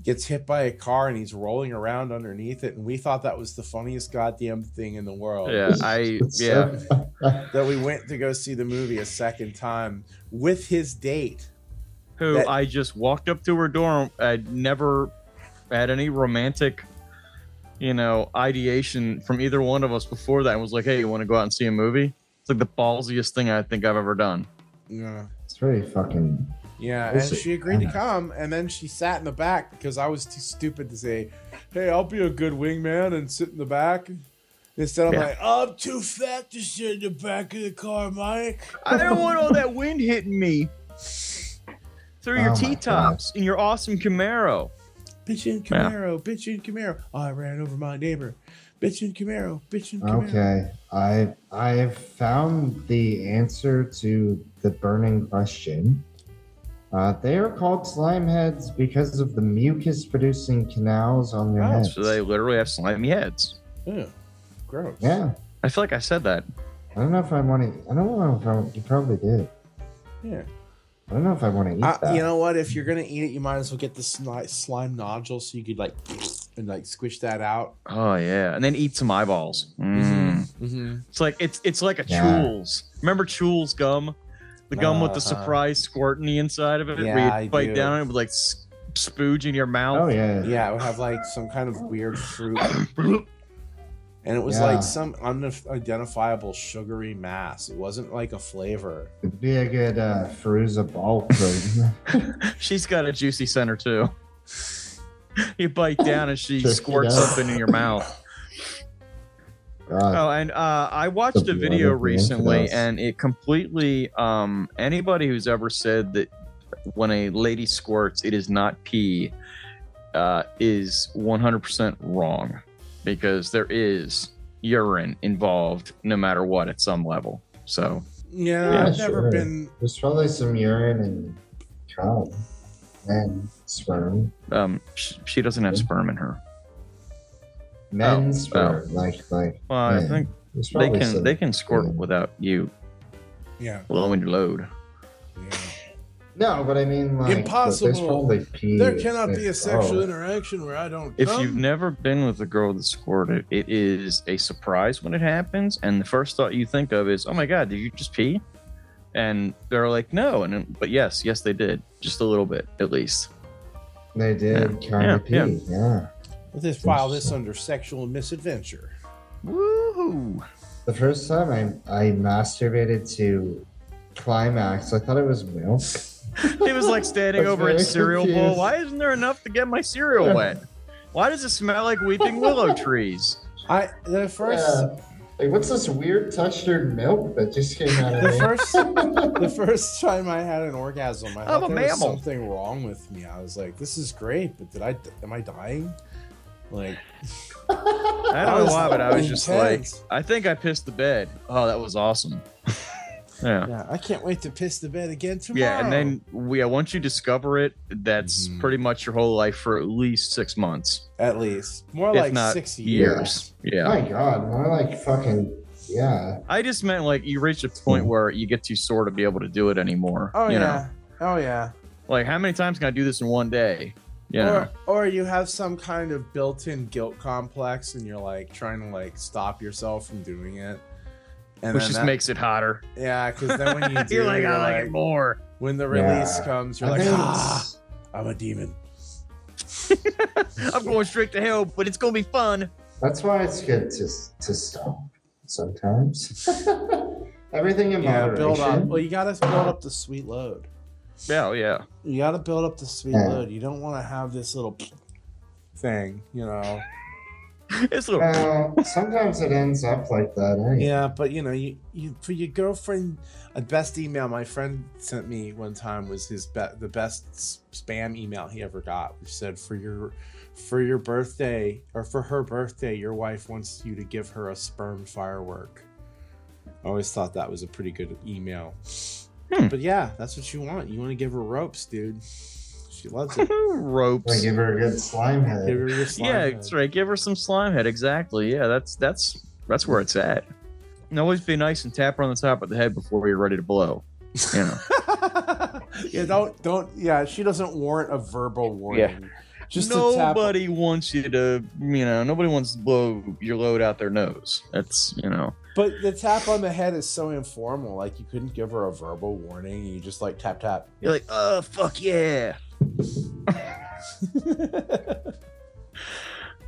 Speaker 1: gets hit by a car and he's rolling around underneath it, and we thought that was the funniest goddamn thing in the world.
Speaker 2: yeah, I
Speaker 3: It's so
Speaker 2: yeah.
Speaker 3: funny.
Speaker 1: That we went to go see the movie a second time with his date.
Speaker 2: who
Speaker 1: That-
Speaker 2: I just walked up to her door. I never had any romantic, you know, ideation from either one of us before that. And was like, "Hey, you want to go out and see a movie?" It's like the ballsiest thing I think I've ever done.
Speaker 1: Yeah.
Speaker 3: It's pretty fucking.
Speaker 1: Yeah,
Speaker 3: We'll
Speaker 1: and
Speaker 3: see.
Speaker 1: she agreed to come, and then she sat in the back because I was too stupid to say, "Hey, I'll be a good wingman and sit in the back." Instead, I'm
Speaker 2: Yeah.
Speaker 1: like, "I'm too fat to sit in the back of the car, Mike."
Speaker 2: I don't want all that wind hitting me through
Speaker 3: Oh
Speaker 2: your
Speaker 3: my
Speaker 2: t tops in your awesome Camaro.
Speaker 1: Bitchin'
Speaker 2: Yeah.
Speaker 1: Camaro, bitchin' Camaro. Oh, I ran over my neighbor. Bitchin' Camaro, bitchin' Camaro.
Speaker 3: Okay. I I have found the answer to the burning question. Uh, they are called slime heads because of the mucus producing canals on their heads.
Speaker 2: Oh, So they literally have slimy heads.
Speaker 1: Ew, gross.
Speaker 3: Yeah.
Speaker 2: I feel like I said that.
Speaker 3: I don't know if I want to. I don't know if I. You probably did.
Speaker 1: Yeah.
Speaker 3: I don't know if I want to eat
Speaker 1: Uh,
Speaker 3: that.
Speaker 1: you know what? If you're gonna eat it, you might as well get the sli- slime nodule so you could like and like squish that out.
Speaker 2: Oh yeah, and then eat some eyeballs. Mm.
Speaker 1: Mm-hmm.
Speaker 2: It's like it's it's like a
Speaker 3: Yeah.
Speaker 2: Chules. Remember Chules gum, the gum with the
Speaker 1: Uh-huh.
Speaker 2: surprise squirt in the inside of it.
Speaker 1: Yeah,
Speaker 2: where
Speaker 1: I
Speaker 2: you bite
Speaker 1: do.
Speaker 2: down and it would like s- spooge in your
Speaker 3: Oh
Speaker 2: mouth.
Speaker 3: yeah.
Speaker 1: Yeah, it would have like some kind of weird
Speaker 2: [coughs]
Speaker 1: fruit, and it was
Speaker 3: Yeah.
Speaker 1: like some unidentifiable sugary mass. It wasn't like a flavor.
Speaker 3: It'd be a good uh, Fruza ball
Speaker 2: [laughs]
Speaker 3: protein.
Speaker 2: [laughs] She's got a juicy center too. [laughs] you bite down and she
Speaker 3: Check it
Speaker 2: squirts
Speaker 3: out.
Speaker 2: something in your mouth.
Speaker 3: God,
Speaker 2: Oh, and uh, I watched a
Speaker 3: Something
Speaker 2: video
Speaker 3: other than
Speaker 2: recently,
Speaker 3: infidels.
Speaker 2: and it completely. Um, anybody who's ever said that when a lady squirts, it is not pee, uh, is 100% wrong because there is urine involved no matter what at some level. So,
Speaker 1: Yeah,
Speaker 3: Yeah,
Speaker 1: I've never
Speaker 3: sure.
Speaker 1: been.
Speaker 3: there's probably some urine and God and sperm.
Speaker 2: um, sh- she doesn't have sperm in her.
Speaker 3: Men's sperm, like like.
Speaker 2: Well, I
Speaker 3: Yeah,
Speaker 2: think
Speaker 3: There's
Speaker 2: Oh, they
Speaker 3: probably
Speaker 2: can
Speaker 3: some,
Speaker 2: they can squirt
Speaker 3: yeah.
Speaker 2: without you
Speaker 1: Yeah,
Speaker 2: blowing your load.
Speaker 1: yeah.
Speaker 3: No, but I mean like.
Speaker 1: Impossible.
Speaker 3: There's probably pee.
Speaker 1: There cannot be a
Speaker 3: involved.
Speaker 1: sexual interaction where I don't.
Speaker 2: oh. If
Speaker 1: come.
Speaker 2: you've never been with a girl that squirted, it is a surprise when it happens, and the first thought you think of is, "Oh my god, did you just pee?" And they're like, "No," and then- but yes, yes, they did, just a little bit at least.
Speaker 3: They did kind of
Speaker 2: yeah,
Speaker 3: pee. Yeah.
Speaker 1: This file this under sexual misadventure.
Speaker 2: Woohoo!
Speaker 3: The first time I I masturbated to climax, I thought it was milk.
Speaker 2: It was like standing
Speaker 3: I was
Speaker 2: over a
Speaker 3: very
Speaker 2: cereal bowl.
Speaker 3: confused.
Speaker 2: Why isn't there enough to get my cereal wet? Why does it smell like weeping willow trees?
Speaker 1: I the first
Speaker 3: Yeah. Like, what's this weird textured milk that just came out of
Speaker 1: the
Speaker 2: [laughs]
Speaker 3: me? [laughs]
Speaker 1: first the first time I had an orgasm, I
Speaker 2: a
Speaker 1: thought there was
Speaker 2: mammal.
Speaker 1: something wrong with me. I was like, "This is great," but did I? Am I dying? Like,
Speaker 2: I don't know why, but I was just like,
Speaker 1: Intense.
Speaker 2: I think I pissed the bed. Oh, that was awesome. [laughs] yeah.
Speaker 1: yeah, I can't wait to piss the bed again tomorrow.
Speaker 2: Yeah, and then we uh, once you discover it, that's
Speaker 1: Mhm.
Speaker 2: pretty much your whole life for at least six months,
Speaker 1: at least more
Speaker 2: if
Speaker 1: like
Speaker 2: not
Speaker 1: six years.
Speaker 2: years. Yeah.
Speaker 3: My God, more like fucking yeah.
Speaker 2: I just meant like you reach a
Speaker 1: Mm.
Speaker 2: point where you get too sore to be able to do it anymore.
Speaker 1: Oh
Speaker 2: you know?
Speaker 1: yeah, oh yeah.
Speaker 2: like how many times can I do this in one day? You know?
Speaker 1: Or, or you have some kind of built-in guilt complex, and you're like trying to like stop yourself from doing it. And
Speaker 2: which
Speaker 1: then
Speaker 2: just
Speaker 1: that-
Speaker 2: makes it
Speaker 1: [laughs]
Speaker 2: hotter.
Speaker 1: yeah, because then when you do,
Speaker 2: [laughs] you're like, "Oh,
Speaker 1: you're
Speaker 2: I like,
Speaker 1: like- [laughs]
Speaker 2: it more.
Speaker 1: when the
Speaker 3: Yeah.
Speaker 1: release comes, you're
Speaker 3: I
Speaker 1: like,
Speaker 3: think
Speaker 1: ah,
Speaker 3: it's-
Speaker 1: I'm a demon.
Speaker 2: I'm going straight to hell, but it's gonna be fun.
Speaker 3: that's why it's good to to stop sometimes. [laughs] Everything in
Speaker 1: Yeah,
Speaker 3: moderation.
Speaker 1: build up. Well, you gotta build up the sweet load.
Speaker 2: Yeah, oh, yeah.
Speaker 1: You gotta build up the sweet
Speaker 3: Yeah.
Speaker 1: load. You don't want to have this little thing, you know.
Speaker 2: It's a little.
Speaker 3: Well, sometimes it ends up like that. eh? Anyway.
Speaker 1: Yeah, but you know, you, you for your girlfriend, a best email my friend sent me one time was his be- the best s- spam email he ever got, which said for your for your birthday or for her birthday, your wife wants you to give her a sperm firework. I always thought that was a pretty good email.
Speaker 2: Hmm.
Speaker 1: But yeah, that's what you want. You want to give her ropes, dude. She loves
Speaker 2: [laughs]
Speaker 1: it.
Speaker 3: Like
Speaker 2: ropes.
Speaker 3: give her a good slime head.
Speaker 1: Give her your slime
Speaker 2: yeah,
Speaker 1: head.
Speaker 2: that's right. Give her some slime head. Exactly. Yeah, that's that's that's where it's at. And always be nice and tap her on the top of the head before you're ready to blow. You know.
Speaker 1: [laughs] yeah, don't don't. Yeah, she doesn't warrant a verbal warning. [laughs] Just to tap.
Speaker 2: nobody wants you to, you know, nobody wants to blow your load out their nose. That's, you know,
Speaker 1: But the tap on the head is so informal. Like you couldn't give her a verbal warning. You just like tap
Speaker 2: [laughs]
Speaker 1: tap.
Speaker 2: you're like, oh fuck yeah.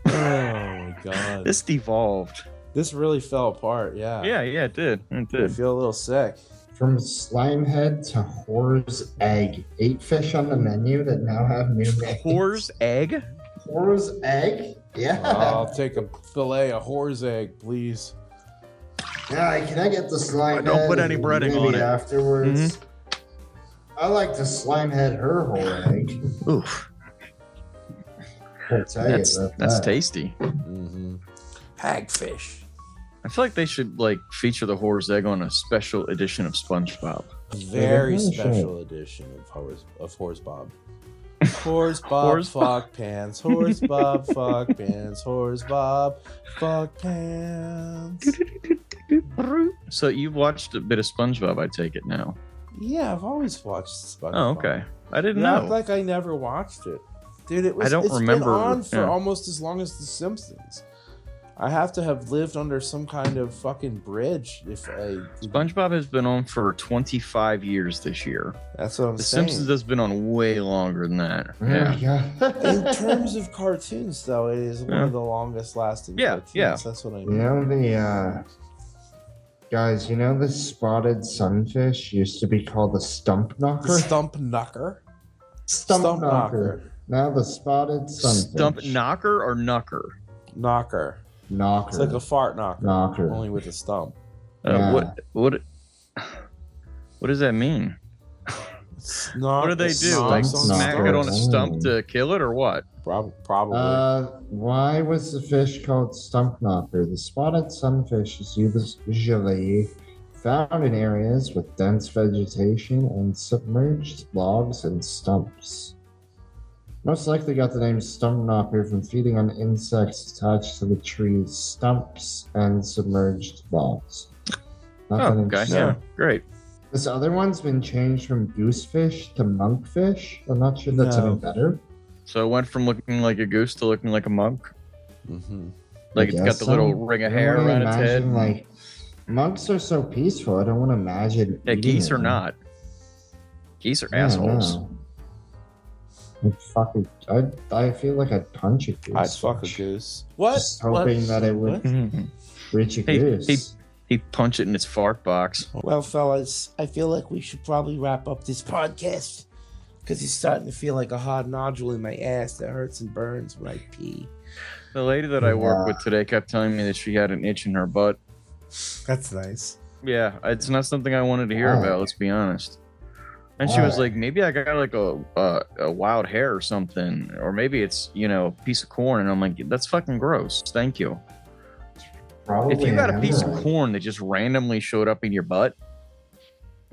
Speaker 1: Oh my god, this,
Speaker 2: This devolved.
Speaker 1: really fell apart. Yeah.
Speaker 2: Yeah, yeah, it did. It
Speaker 1: I [laughs]
Speaker 2: did.
Speaker 1: feel a little sick.
Speaker 3: From slime head to whore's egg. Eight fish on the menu that now have new names.
Speaker 2: Whore's egg?
Speaker 3: Whore's egg? Yeah.
Speaker 1: I'll take a fillet, a whore's egg, please.
Speaker 3: Yeah, can I get the slime?
Speaker 2: I don't
Speaker 3: head
Speaker 2: put any
Speaker 3: and
Speaker 2: breading
Speaker 3: maybe
Speaker 2: on it.
Speaker 3: afterwards. I like to slime head her whole egg.
Speaker 2: Oof.
Speaker 3: I'll tell you
Speaker 2: That's
Speaker 3: about
Speaker 2: that's
Speaker 3: that.
Speaker 2: tasty.
Speaker 1: Mm-hmm. Hagfish.
Speaker 2: I feel like they should like feature the whore's egg on a special edition of SpongeBob.
Speaker 1: Very
Speaker 3: Mhm.
Speaker 1: special edition of Horse of Horse Bob.
Speaker 2: [laughs]
Speaker 1: Horse Bob
Speaker 2: Horse Bob.
Speaker 1: fuck pants. Horse Bob fuck pants. Horse Bob fuck
Speaker 2: [laughs]
Speaker 1: pants.
Speaker 2: So you've watched a bit of SpongeBob, I take it now.
Speaker 1: Yeah, I've always watched SpongeBob.
Speaker 2: Oh, okay. I didn't
Speaker 1: Not
Speaker 2: know.
Speaker 1: like I never watched it. Dude, it was.
Speaker 2: I don't
Speaker 1: it's been
Speaker 2: remember-
Speaker 1: on for
Speaker 2: yeah.
Speaker 1: almost as long as The Simpsons. I have to have lived under some kind of fucking bridge if I.
Speaker 2: SpongeBob has been on for 25 years this year.
Speaker 1: That's what I'm
Speaker 2: The
Speaker 1: saying.
Speaker 2: Simpsons has been on way longer than that.
Speaker 3: Oh
Speaker 2: Yeah.
Speaker 3: my [laughs] god.
Speaker 1: In terms of cartoons, though, it is one
Speaker 2: Yeah.
Speaker 1: of the longest lasting.
Speaker 2: Yeah,
Speaker 1: cartoons.
Speaker 2: yeah.
Speaker 1: That's what I
Speaker 3: you
Speaker 1: mean.
Speaker 3: know the uh, guys. You know the spotted sunfish used to be called the stump knocker.
Speaker 1: The stump knocker.
Speaker 3: Stump
Speaker 1: Stump
Speaker 3: knocker. Now the spotted sunfish.
Speaker 2: Stump knocker or knucker?
Speaker 1: Knocker.
Speaker 3: knocker.
Speaker 1: It's like a fart knocker,
Speaker 3: knocker.
Speaker 1: only with a stump.
Speaker 2: Uh,
Speaker 3: Yeah.
Speaker 2: What what what does that mean?
Speaker 1: It's not-
Speaker 2: what do they
Speaker 1: it
Speaker 2: do?
Speaker 1: knocks on
Speaker 2: Like smack
Speaker 1: stumps.
Speaker 2: it on a
Speaker 3: Mm.
Speaker 2: stump to kill it or what?
Speaker 1: Prob- Probably.
Speaker 3: Uh, why was the fish called stump knocker? The spotted sunfish is usually found in areas with dense vegetation and submerged logs and stumps. Most likely got the name stump knocker from feeding on insects attached to the tree's stumps and submerged logs. Nothing
Speaker 2: Oh, okay.
Speaker 3: interesting.
Speaker 2: Yeah. Great.
Speaker 3: This other one's been changed from goosefish to monkfish. I'm not sure that's
Speaker 1: No.
Speaker 3: any better.
Speaker 2: So it went from looking like a goose to looking like a monk.
Speaker 1: Mhm.
Speaker 2: Like it's got
Speaker 3: guess
Speaker 2: the
Speaker 3: so.
Speaker 2: little ring of
Speaker 3: I don't
Speaker 2: hair
Speaker 3: wanna
Speaker 2: around its head.
Speaker 3: imagine, Like monks are so peaceful. I don't want to imagine.
Speaker 2: yeah,
Speaker 3: eating
Speaker 2: geese are
Speaker 3: them.
Speaker 2: not. Geese are
Speaker 3: I don't
Speaker 2: assholes.
Speaker 3: know. I'd fucking. I I feel like I'd punch a goose.
Speaker 1: I'd fuck a goose. What?
Speaker 3: Just hoping
Speaker 1: What?
Speaker 3: that it would
Speaker 1: What?
Speaker 3: reach a
Speaker 2: Hey,
Speaker 3: goose.
Speaker 2: hey. Mm-hmm. He punch it in its fart box.
Speaker 1: [laughs]
Speaker 4: Well, fellas, I feel like we should probably wrap up this podcast.
Speaker 1: Because he's starting to feel like a hard nodule in my ass that hurts and burns when I pee.
Speaker 2: The lady that I work
Speaker 3: Yeah.
Speaker 2: with today kept telling me that she had an itch in her butt.
Speaker 1: That's nice.
Speaker 2: Yeah, it's not something I wanted to hear
Speaker 3: Why?
Speaker 2: about. Let's be honest. And she was
Speaker 3: Why?
Speaker 2: like, maybe I got like a, a a wild hair or something, or maybe it's you know a piece of corn. And I'm like, that's fucking gross. Thank you.
Speaker 3: Probably
Speaker 2: if you got a
Speaker 3: an
Speaker 2: piece of
Speaker 3: emerald.
Speaker 2: corn that just randomly showed up in your butt,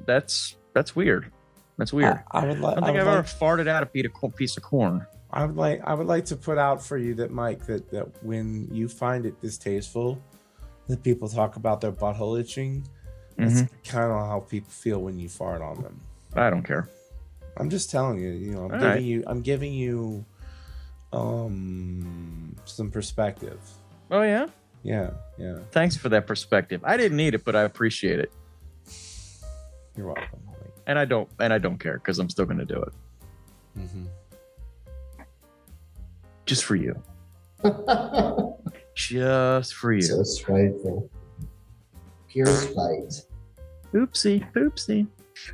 Speaker 2: that's that's weird. That's weird.
Speaker 1: I, I would
Speaker 2: I
Speaker 1: like.
Speaker 2: don't
Speaker 1: I,
Speaker 2: think
Speaker 1: would
Speaker 2: I've
Speaker 1: like
Speaker 2: ever farted out a pe- co- piece of corn.
Speaker 1: I would like. I would like to put out for you that Mike that that when you find it distasteful, that people talk about their butthole itching.
Speaker 2: Mhm.
Speaker 1: That's kind of how people feel when you fart on them.
Speaker 2: I don't care.
Speaker 1: I'm just telling you. You know, I'm
Speaker 2: All
Speaker 1: giving
Speaker 2: right.
Speaker 1: you. I'm giving you, um, some perspective.
Speaker 2: Oh yeah.
Speaker 1: Yeah, yeah.
Speaker 2: Thanks for that perspective. I didn't need it, but I appreciate it,
Speaker 1: You're welcome. Mike.
Speaker 2: and I don't and I don't care because I'm still gonna do it
Speaker 1: Mhm.
Speaker 2: just for you.
Speaker 3: [laughs]
Speaker 2: Just for you.
Speaker 3: so spiteful. Pure spite.
Speaker 2: Oopsie, poopsie.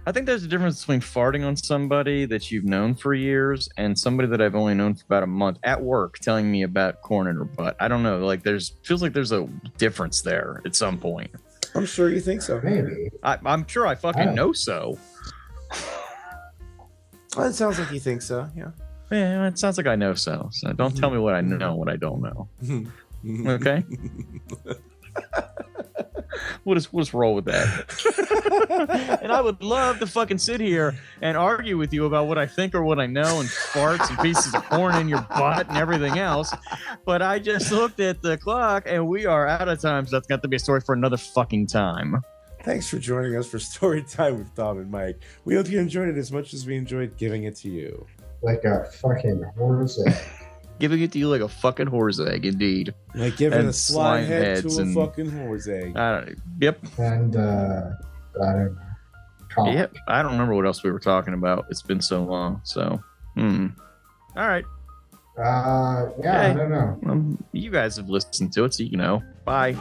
Speaker 2: I think there's a difference between farting on somebody that you've known for years and somebody that I've only known for about a month at work telling me about corn in her butt. I don't know. Like, there's feels like there's a difference there at some point.
Speaker 1: I'm sure you think so.
Speaker 3: Maybe.
Speaker 2: I, I'm sure I fucking
Speaker 3: Oh.
Speaker 2: know so.
Speaker 1: Well, it sounds like you think so. Yeah.
Speaker 2: Yeah, it sounds like I know so. So don't tell me what I know, and what I don't know. Okay. [laughs] we'll just we'll just roll with that. and I would love to fucking sit here and argue with you about what I think or what I know and farts and pieces of corn in your butt and everything else. But I just looked at the clock and we are out of time, so that's got to be a story for another fucking time.
Speaker 1: [laughs] Thanks for joining us for story time with Tom and Mike. We hope you enjoyed it as much as we enjoyed giving it to you.
Speaker 3: Like a fucking horse.
Speaker 2: Giving it to you like a fucking horse egg, indeed.
Speaker 1: Like giving
Speaker 2: And
Speaker 1: a slime
Speaker 2: slime
Speaker 1: head
Speaker 2: heads
Speaker 1: to a
Speaker 2: and-
Speaker 1: fucking horse egg.
Speaker 2: I don't. Yep.
Speaker 3: and uh, I don't know. Cock.
Speaker 2: Yep. I don't remember what else we were talking about. It's been so long. So, hmm. All right.
Speaker 3: Uh, yeah, I
Speaker 2: Okay.
Speaker 3: don't know.
Speaker 2: Um, you guys have listened to it, so you know. Bye.